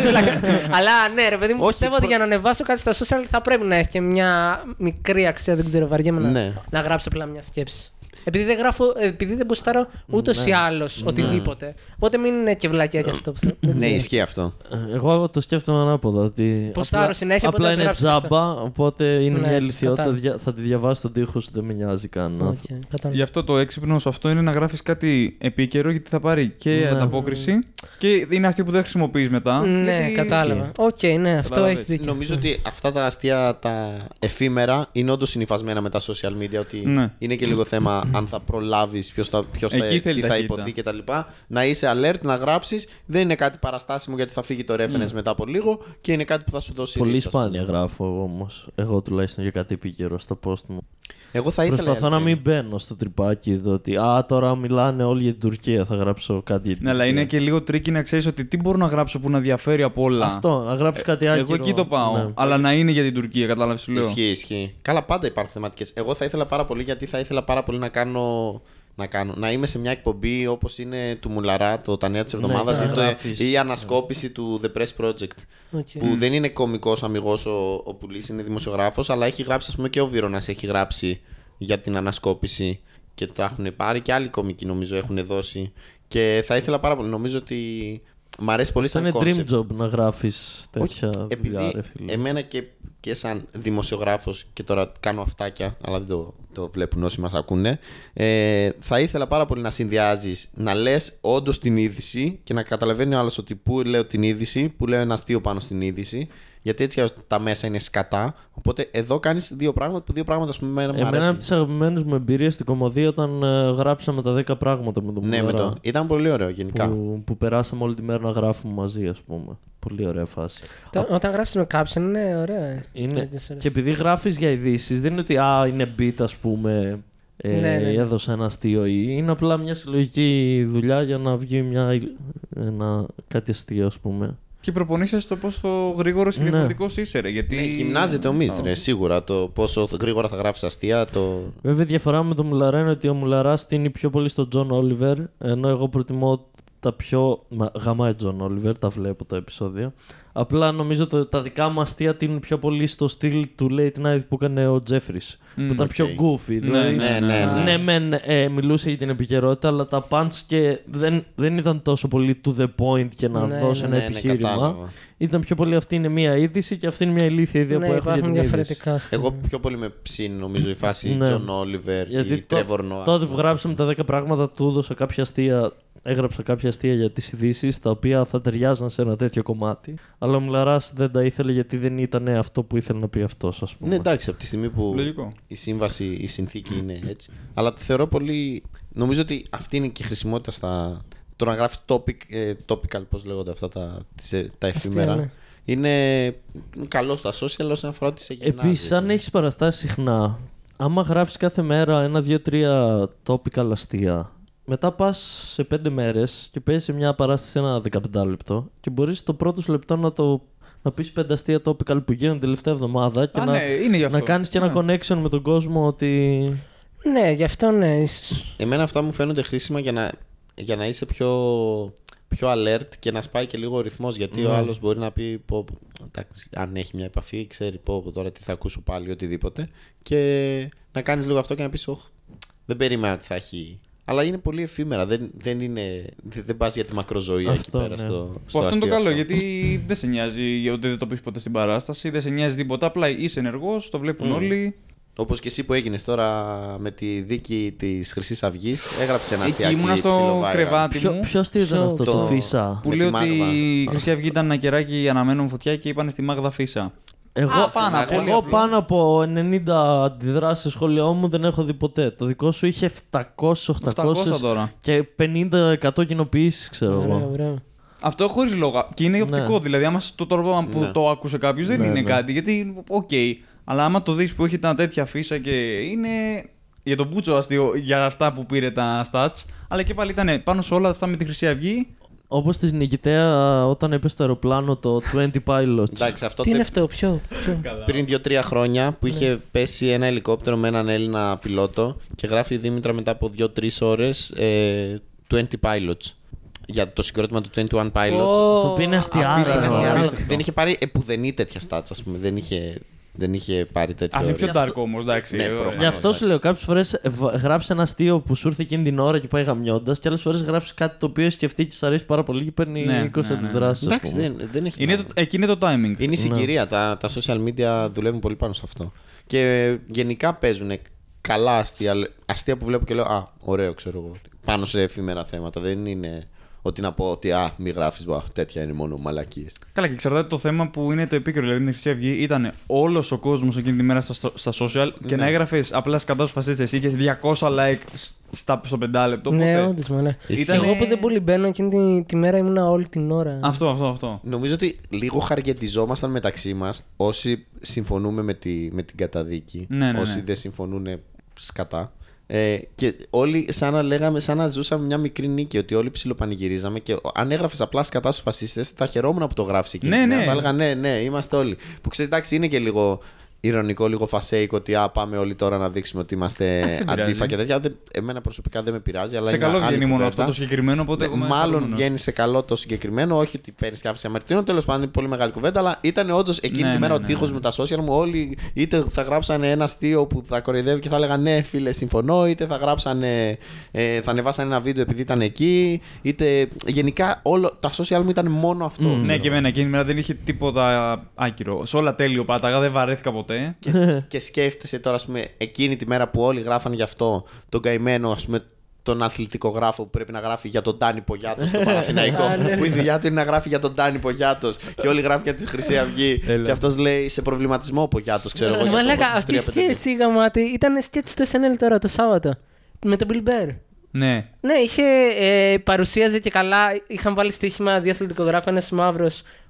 D: Πλάκα. Αλλά ναι, ρε παιδί μου,
B: Όχι,
D: πιστεύω ότι
B: προ-
D: για να ανεβάσω κάτι στα social θα πρέπει να έχει και μια μικρή αξία. Δεν ξέρω, βαριέμαι να,
B: Ναι.
D: να γράψω απλά μια σκέψη. Επειδή δεν γράφω, επειδή δεν μποστάρω ούτως ή
B: Ναι.
D: άλλως οτιδήποτε. Οπότε μην είναι και βλακιά και αυτό που θέλω. Δεν
B: Ναι,
D: ξέρω.
B: ισχύει αυτό.
A: Ε, Εγώ το σκέφτομαι ανάποδα. Ότι
D: Ποστάρω συνέχεια,
A: απλά
D: οπότε θα
A: είναι
D: σε γράψω
A: τζάμπα, οπότε είναι
D: Ναι,
A: μια ηλικιότητα.
D: κατάλαβα. Ναι,
A: δια- Θα τη διαβάσει τον τοίχο σου, δεν με νοιάζει καν.
B: Ναι.
D: Οκ, κατάλαβα.
C: Γι' αυτό το έξυπνο σε αυτό είναι να γράφεις κάτι επίκαιρο γιατί θα πάρει και
A: Ναι.
C: ανταπόκριση και είναι αστείο που δεν χρησιμοποιείς μετά.
D: Ναι,
C: γιατί-
D: κατάλαβα. Οκ, ναι, αυτό
C: Καταλάβες.
D: έχει δίκιο.
B: Νομίζω ότι αυτά τα αστεία τα εφήμερα είναι όντως συνυφασμένα με τα social media. Ότι
C: Ναι.
B: είναι και λίγο θέμα αν θα προλάβεις, ποιος θα, ποιος θα,
C: Εκεί
B: τι
C: θέλει
B: θα
C: ταχύτητα.
B: υποθεί κτλ. Να είσαι alert, να γράψεις. Δεν είναι κάτι παραστάσιμο γιατί θα φύγει το reference μετά από λίγο και είναι κάτι που θα σου δώσει.
A: Πολύ
B: reach, ας πούμε.
A: σπάνια γράφω όμως. Εγώ τουλάχιστον για κάτι επίκαιρο στο post μου.
B: Εγώ θα ήθελα.
A: Προσπαθώ να
B: αλήθεια.
A: μην μπαίνω στο τρυπάκι εδώ ότι Α, τώρα μιλάνε όλοι για την Τουρκία. Θα γράψω κάτι. για την
C: Ναι, αλλά
A: Τουρκία».
C: είναι και λίγο τρίκι να ξέρεις ότι τι μπορώ να γράψω που να διαφέρει από όλα.
A: Αυτό, Ναι. να γράψεις κάτι άλλο.
C: Ε, Εγώ εκεί το πάω. Αλλά να είναι για την Τουρκία, κατάλαβε σου λέω.
B: Ισχύει, ισχύει. Καλά, πάντα υπάρχουν θεματικές. Εγώ θα ήθελα πάρα πολύ γιατί θα ήθελα πάρα πολύ να κάνω να κάνω. Να είμαι σε μια εκπομπή όπως είναι του Μουλαρά, το Τα Νέα της Εβδομάδα
A: να
B: ή, το-
A: γράφεις.
B: ή η ανασκόπηση του The Press Project.
D: Οκ.
B: Που δεν είναι κωμικός αμυγός ο, ο Πουλής, είναι δημοσιογράφος, αλλά έχει γράψει, ας πούμε, και ο Βίρονα έχει γράψει για την ανασκόπηση και τα έχουν πάρει και άλλοι κωμικοί νομίζω έχουν δώσει. Και θα ήθελα πάρα πολύ. Νομίζω ότι μ' αρέσει πολύ
A: Ήταν
B: σαν
A: dream
B: concept.
A: job να γράφεις τέτοια δουλειά,
B: επειδή
A: ρε φίλε.
B: εμένα και, και σαν δημοσιογράφος και τώρα κάνω αυτάκια, αλλά δεν το, το βλέπουν όσοι μας ακούνε, ε, θα ήθελα πάρα πολύ να συνδυάζεις, να λες όντως την είδηση και να καταλαβαίνει ο άλλος ότι πού λέω την είδηση, πού λέω ένα αστείο πάνω στην είδηση, γιατί έτσι κι αλλιώς τα μέσα είναι σκατά, οπότε εδώ κάνεις δύο πράγματα που δύο πράγματα ας πούμε εμένα μου
A: Εμένα
B: αρέσουν.
A: από τις αγαπημένες μου εμπειρίες στην κομμωδία όταν ε, γράψαμε τα 10 πράγματα με τον
B: Ναι, με
A: Μουλαρά,
B: το. Ήταν πολύ ωραίο γενικά.
A: Που, που περάσαμε όλη τη μέρα να γράφουμε μαζί, ας πούμε. Πολύ ωραία φάση.
D: Τα- Όταν γράφει με κάποιον, είναι ωραίο. ε.
A: Είναι...
D: Δεν ξέρω.
A: Και επειδή γράφεις για ειδήσεις, δεν είναι ότι α, είναι beat, ας πούμε. Ε,
D: Ναι, ναι.
A: Έδωσε ένα αστείο ή είναι απλά μια συλλογική δουλειά για να βγει μια, υλ- ένα, κάτι αστείο, ας πούμε.
C: Και προπονείσαι στο πόσο γρήγορο και
A: Ναι.
C: διαφορετικό είσαι, ρε. Γιατί.
B: Ναι, γυμνάζεται ο Μίστρε, σίγουρα το πόσο γρήγορα θα γράφεις αστεία. Το...
A: Βέβαια, η διαφορά με τον Μουλαρά είναι ότι ο Μουλαράς στείνει πιο πολύ στον Τζον Όλιβερ, ενώ εγώ προτιμώ τα πιο. Μα, γαμάει Τζον Όλιβερ, τα βλέπω τα επεισόδια. Απλά νομίζω το, τα δικά μου αστεία τείνουν πιο πολύ στο στυλ του late night που έκανε ο Τζέφρι. που ήταν
B: οκ.
A: πιο goofy. Δηλαδή,
B: Ναι, ναι, ναι.
A: ναι, μεν ε, μιλούσε για την επικαιρότητα, αλλά τα punch και δεν, δεν ήταν τόσο πολύ to the point και να
D: Ναι,
A: δώσει
D: ναι,
A: ένα
B: ναι, ναι,
A: επιχείρημα.
B: κατάλαβα.
A: ήταν πιο πολύ αυτή είναι μία είδηση και αυτή είναι μία ηλίθια ιδέα
D: ναι,
A: που έχω για
D: υπάρχουν
A: την είδηση.
D: διαφορετικά στυλ.
B: Εγώ πιο πολύ με ψήνει νομίζω η φάση
A: Ναι.
B: Τζον Όλιβερ ή
A: το-
B: Τρέβορ Νόα.
A: τότε που γράψαμε τα 10 πράγματα, του έδωσα κάποια αστεία, έγραψα κάποια αστεία για τις ειδήσεις, τα οποία θα ταιριάζαν σε ένα τέτοιο κομμάτι. Αλλά ο Μιλαράς δεν τα ήθελε γιατί δεν ήταν αυτό που ήθελε να πει αυτός, ας πούμε.
B: Ναι, εντάξει, από τη στιγμή που
C: Λογικό.
B: η σύμβαση, η συνθήκη είναι έτσι. Αλλά τη θεωρώ πολύ. Νομίζω ότι αυτή είναι και η χρησιμότητα στα. Το να γράφεις topic, ε, topical, πώς λέγονται αυτά τα, τις, ε, τα εφημερά.
D: ναι.
B: Είναι καλό στα social όσον αφορά ότι σε γυμνάζει.
A: Επίση, αν έχεις παραστάσει συχνά, άμα γράφει κάθε μέρα ένα, δύο, τρία topical αστεία, μετά πας σε πέντε μέρες και παίζεις μια παράσταση ένα 15 λεπτό και μπορείς το πρώτο σου λεπτό να το. Να πεις πέντε αστεία topical που γίνονται τελευταία εβδομάδα και
C: Α,
A: να,
C: ναι, είναι γι' αυτό.
A: να κάνεις και ένα
C: Ναι.
A: connection με τον κόσμο ότι.
D: Ναι, γι' αυτό ναι, ίσως.
B: Εμένα αυτά μου φαίνονται χρήσιμα για να, για να είσαι πιο, πιο alert και να σπάει και λίγο ο ρυθμός γιατί
C: Ναι.
B: ο άλλος μπορεί να πει πω, πω, εντάξει, αν έχει μια επαφή ξέρει πω, πω, τώρα τι θα ακούσω πάλι οτιδήποτε και να κάνεις λίγο αυτό και να πεις «Ωχ, δεν περίμενα ότι θα έχει αλλά είναι πολύ εφήμερα. Δεν, δεν, είναι, δεν, δεν πας για τη μακροζωία εκεί
A: Αυτό,
B: πέρα
A: ναι.
B: στο,
C: Που
B: στο
C: αυτό είναι το
B: αστείο
C: καλό,
B: αυτό.
C: γιατί δεν σε νοιάζει ότι δεν το πεις ποτέ στην παράσταση, δεν σε νοιάζει τίποτα. Απλά είσαι ενεργός, το βλέπουν όλοι.
B: Όπως και εσύ που έγινες τώρα με τη δίκη της Χρυσής Αυγής, έγραψε ένα
C: Εκεί
B: αστιακή
C: ήμουνα στο
B: ψιλοβάιρα.
C: κρεβάτι
A: Ποιο,
C: μου.
A: ποιος αστείο ήταν
D: Ποιο-
A: αυτό, το,
B: το-
A: Φίσα.
C: Που
B: Με
C: λέει
B: τη
C: ότι
B: Μάγδα.
C: η Χρυσή Αυγή ήταν ένα κεράκι αναμένο φωτιά και είπαν στη Μάγδα Φίσα.
A: Εγώ,
C: Α, πάνω από
A: εγώ
C: όλα αυτά.
A: πάνω από 90 αντιδράσεις σε σχόλιο μου δεν έχω δει ποτέ. Το δικό σου είχε
C: 800
A: 700-800
C: τώρα.
A: και 50% κοινοποιήσει,
B: Ναι,
A: ξέρω
D: Ωραίο,
A: εγώ.
D: ωραίο.
C: Αυτό χωρίς λόγο. Και είναι οπτικό. Δηλαδή, άμα στο τρόπο που το άκουσε κάποιος, δεν είναι κάτι. Γιατί, οκ. Αλλά άμα το δεις που έχει τα τέτοια φύσα και είναι. Για τον Μπούτσο αστείο, για αυτά που πήρε τα stats. Αλλά και πάλι ήταν πάνω σε όλα αυτά με τη Χρυσή Αυγή.
A: Όπως της νικητέα όταν έπεσε στο αεροπλάνο το 20 Pilots.
B: Εντάξει, αυτό
D: Τι είναι
B: τε-
D: αυτό, ποιο. ποιο?
B: πριν δύο-τρία χρόνια που είχε πέσει ένα ελικόπτερο με έναν Έλληνα πιλότο και γράφει η Δήμητρα μετά από ε, δύο-τρει ώρε 20 pilots. Για το συγκρότημα του 21 Pilots.
A: το οποίο είναι
C: απίστευτο,
A: αστιάρα.
C: απίστευτο.
B: Δεν είχε πάρει επουδενή τέτοια stats, ας πούμε. Δεν είχε, δεν είχε πάρει τέτοιο.
C: Ας είναι πιο
B: όριο.
C: dark όμως, εντάξει.
B: Ναι,
C: ε,
B: προφανώς.
A: Γι' αυτό
B: Εντάξει.
A: σου λέω: Κάποιες φορές γράφεις ένα αστείο που σου ήρθε εκείνη την ώρα και πάει γαμιώντας, και άλλες φορές γράφεις κάτι το οποίο σκεφτεί και σ' αρέσει πάρα πολύ και παίρνει
C: Ναι,
A: 20
C: ναι, ναι, ναι.
A: αντιδράσεις.
B: Εντάξει, δεν, δεν έχει.
C: Είναι
B: νόημα.
C: το, εκεί είναι το timing.
B: Είναι η συγκυρία. Τα, τα social media δουλεύουν πολύ πάνω σε αυτό. Και γενικά παίζουν καλά αστεία, λε- αστεία που βλέπω και λέω Α, ωραίο, ξέρω εγώ. Πάνω σε εφήμερα θέματα. Δεν είναι ότι να πω ότι Α, μη γράφεις, τέτοια είναι μόνο μαλακίες.
C: Καλά, και εξαρτάται το θέμα που είναι το επίκαιρο. Δηλαδή, με τη Χρυσή Αυγή ήταν όλος ο κόσμος εκείνη τη μέρα στα, στα social και να έγραφες απλά σκατάς του φασίστε. Είχε 200 like στα, στο πεντάλεπτο.
D: Ναι,
C: οπότε-
D: όντως, ναι.
B: Ήτανε-
D: Εγώ που δεν πολύ μπαίνω εκείνη τη, τη μέρα ήμουνα όλη την ώρα.
C: Αυτό, αυτό, αυτό.
B: Νομίζω ότι λίγο χαργετιζόμασταν μεταξύ μας όσοι συμφωνούμε με, τη, με την καταδίκη.
C: Ναι, ναι, ναι.
B: όσοι δεν συμφωνούν σκατά. Ε, και όλοι σαν να λέγαμε, σαν να ζούσαμε μια μικρή νίκη, ότι όλοι ψιλοπανηγυρίζαμε και αν έγραφες απλά σκατά στου φασίστε, θα χαιρόμουν που το γράφεις εκεί.
C: Ναι, ναι.
B: Θα έλεγα ναι, ναι, είμαστε όλοι. Που ξέρεις, εντάξει, είναι και λίγο ηρωνικό, λίγο φασέικο ότι α, πάμε όλοι τώρα να δείξουμε ότι
C: Ε,
B: είμαστε
C: δεν πειράζει.
B: αντίφα και τέτοια. Δεν- Εμένα προσωπικά δεν με πειράζει. Αλλά
C: σε
B: είναι
C: καλό
B: άλλη
C: βγαίνει μόνο
B: κουβέντα.
C: αυτό το συγκεκριμένο, οπότε.
B: Ναι,
C: εγώ είμαι
B: μάλλον
C: χαρούμενος.
B: βγαίνει σε καλό το συγκεκριμένο, όχι ότι παίρνεις και άφηση αμαρτύρων. Τέλος πάντων, είναι πολύ μεγάλη κουβέντα, αλλά ήταν όντως εκείνη
C: Ναι,
B: τη
C: ναι,
B: μέρα
C: ναι,
B: ο τείχος
C: ναι.
B: μου, τα social μου. Όλοι είτε θα γράψανε ένα αστείο που θα κοροϊδεύει και θα έλεγαν Ναι, φίλε, συμφωνώ, είτε θα γράψανε, ε, θα ανεβάσανε ένα βίντεο επειδή ήταν εκεί, είτε γενικά όλο, τα social μου ήταν μόνο αυτό.
C: Ναι, και εμένα εκείνη η μέρα δεν είχε τίποτα άκυρο. Σε όλα τέλειο πάταγα, δεν βαρέθηκα ποτέ.
B: και, και σκέφτεσαι τώρα, ας πούμε, εκείνη τη μέρα που όλοι γράφαν γι' αυτό, τον καημένο, ας πούμε, τον αθλητικογράφο που πρέπει να γράφει για τον Τάνι Πογιάτος στο Παναθηναϊκό.
D: Α, ναι.
B: που η δουλειά του είναι να γράφει για τον Τάνι Πογιάτος και όλοι γράφουν για τη Χρυσή Αυγή.
C: Έλα.
B: και αυτός λέει σε προβληματισμό ο Πογιάτος, ξέρω εγώ. για το
D: Μα λέγα,
B: πώς του
D: Ναι, αυτή η
B: 3-5.
D: Ε, σκέψη γαμάτη ήταν σκέψη στο SNL τώρα το Σάββατο. Με τον Bill Bear.
C: Ναι.
D: Ναι, είχε, ε, παρουσίαζε και καλά. Είχαν βάλει στοίχημα δύο αθλητικογράφοι, ένας μαύρος,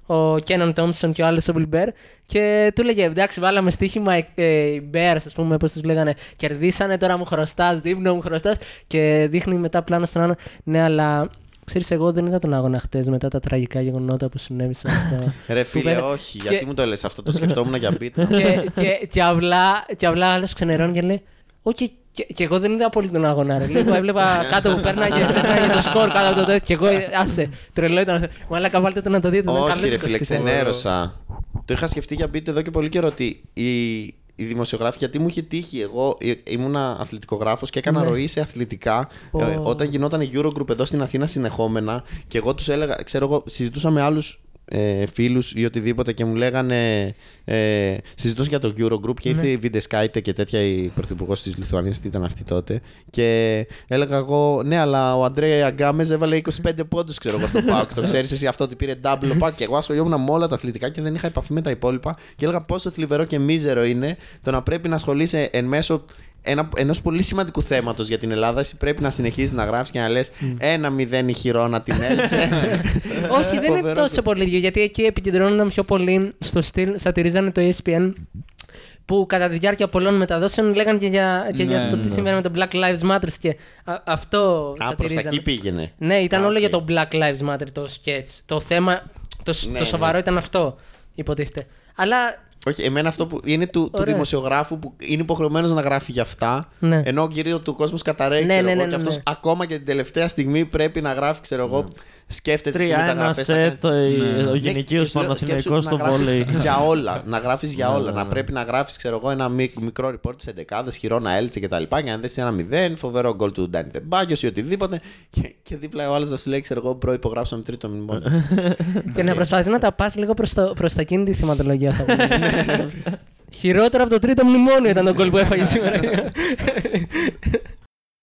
D: ο Κέναν Τόμψον και ο άλλο ο Bill Bear. Και του έλεγε: Εντάξει, βάλαμε στοίχημα ε, ε, οι Bears, ας πούμε, όπως τους λέγανε. Κερδίσανε, τώρα μου χρωστάς, δείπνο μου χρωστάς. Και δείχνει μετά πλάνο στον άλλο. Ναι, αλλά ξέρεις, εγώ δεν είδα τον αγώνα χτες μετά τα τραγικά γεγονότα που συνέβησαν στο.
B: Ρε φίλε,
D: κουβέντα.
B: όχι,
D: Και-
B: γιατί μου το λες αυτό, το σκεφτόμουν για beat.
D: και, και, και αυλά, και αυλά άλλος ξενερώνει και λέει: Όχι, και, και εγώ δεν είδα πολύ τον αγώνα. Ρε. Λίγο έβλεπα κάτω που πέρναγε, πέρναγε το σκορ κάτω από το τέτοιο. Και εγώ, ε, άσε, τρελό ήταν. αυτό. Μαλάκα, βάλτε το να το δείτε. ήταν
B: Όχι,
D: καλό
B: ρε
D: τσικος
B: φίλε,
D: και
B: ξενέρωσα. Το είχα σκεφτεί για μπείτε εδώ και πολύ καιρό ότι οι, οι δημοσιογράφοι, γιατί μου είχε τύχει, εγώ ε, ήμουνα αθλητικογράφος και έκανα ροή σε αθλητικά
D: Ω.
B: ε, όταν γινόταν Eurogroup εδώ στην Αθήνα συνεχόμενα και εγώ τους έλεγα, ξέρω εγώ, συζητούσα με άλλους ε, φίλους ή οτιδήποτε και μου λέγανε. Ε, συζητούσα για το Eurogroup και ήρθε η Βιντεσκάιτε και τέτοια η πρωθυπουργός της Λιθουανίας, τι ήταν αυτή τότε. Και έλεγα εγώ, ναι, αλλά ο Αντρέα Γκάμε έβαλε 25 πόντους, ξέρω εγώ, στο Πάουκ. το ξέρεις εσύ αυτό ότι πήρε double pack. Και εγώ ασχολιόμουν με όλα τα αθλητικά και δεν είχα επαφή με τα υπόλοιπα. Και έλεγα πόσο θλιβερό και μίζερο είναι το να πρέπει να ασχολείσαι εν μέσω ένα, ενός πολύ σημαντικού θέματος για την Ελλάδα εσύ πρέπει να συνεχίζεις να γράφεις και να λες ένα μηδέν η χειρόνα την έλτσε
D: Όχι, δεν είναι
B: Φοβερό
D: τόσο πολύ ίδιο, γιατί εκεί επικεντρώνονταν πιο πολύ στο στυλ, σατυρίζανε το E ESPN που κατά τη διάρκεια πολλών μεταδόσεων λέγανε και για, και για
C: Ναι,
D: το τι
C: ναι.
D: συμβαίνει με το Black Lives Matter και α, αυτό
B: Α, προς τα
D: σατυρίζανε.
B: εκεί πήγαινε
D: Ναι, ήταν
B: Α,
D: όλο
B: οκ.
D: για το Black Lives Matter το sketch. Το θέμα, το, σ-
B: Ναι,
D: το σοβαρό
B: ναι.
D: ήταν αυτό, υποτίθεται. Αλλά
B: Όχι, εμένα αυτό που είναι του, του
D: Ωραία.
B: δημοσιογράφου που είναι υποχρεωμένος να γράφει για αυτά.
D: Ναι.
B: Ενώ ο κυρίω του κόσμου καταραίει,
D: Ναι,
B: ξέρω
D: ναι,
B: εγώ,
D: ναι,
B: και
D: ναι,
B: αυτός
D: ναι.
B: ακόμα και την τελευταία στιγμή πρέπει να γράφει, ξέρω εγώ, σκέφτεται τι
A: Τρία, ένα
B: μεταγραφές.
A: σετ, ε,
C: Ναι.
B: Ναι,
A: ο γενικείο Παναθηναϊκός στο βόλεϊ. Ναι,
B: Για όλα. Να γράφεις για όλα. Να πρέπει να γράφεις, ξέρω εγώ, ένα μικ- μικρό report τη 11η, χειρόνα έλτσε κτλ. Και αν δέσει ένα 0, φοβερό γκολ του Ντάνι Τεμπάγιος ή οτιδήποτε. Και, και δίπλα ο άλλος να σου λέει, ξέρω εγώ, μπρο, υπογράψαμε τρίτο μνημόνιο.
D: και να προσπαθείς να τα πας λίγο προς προς τα εκείνη τη θυματολογία. θα πω. Χειρότερο από το τρίτο μνημόνιο ήταν το γκολ που έφαγε σήμερα.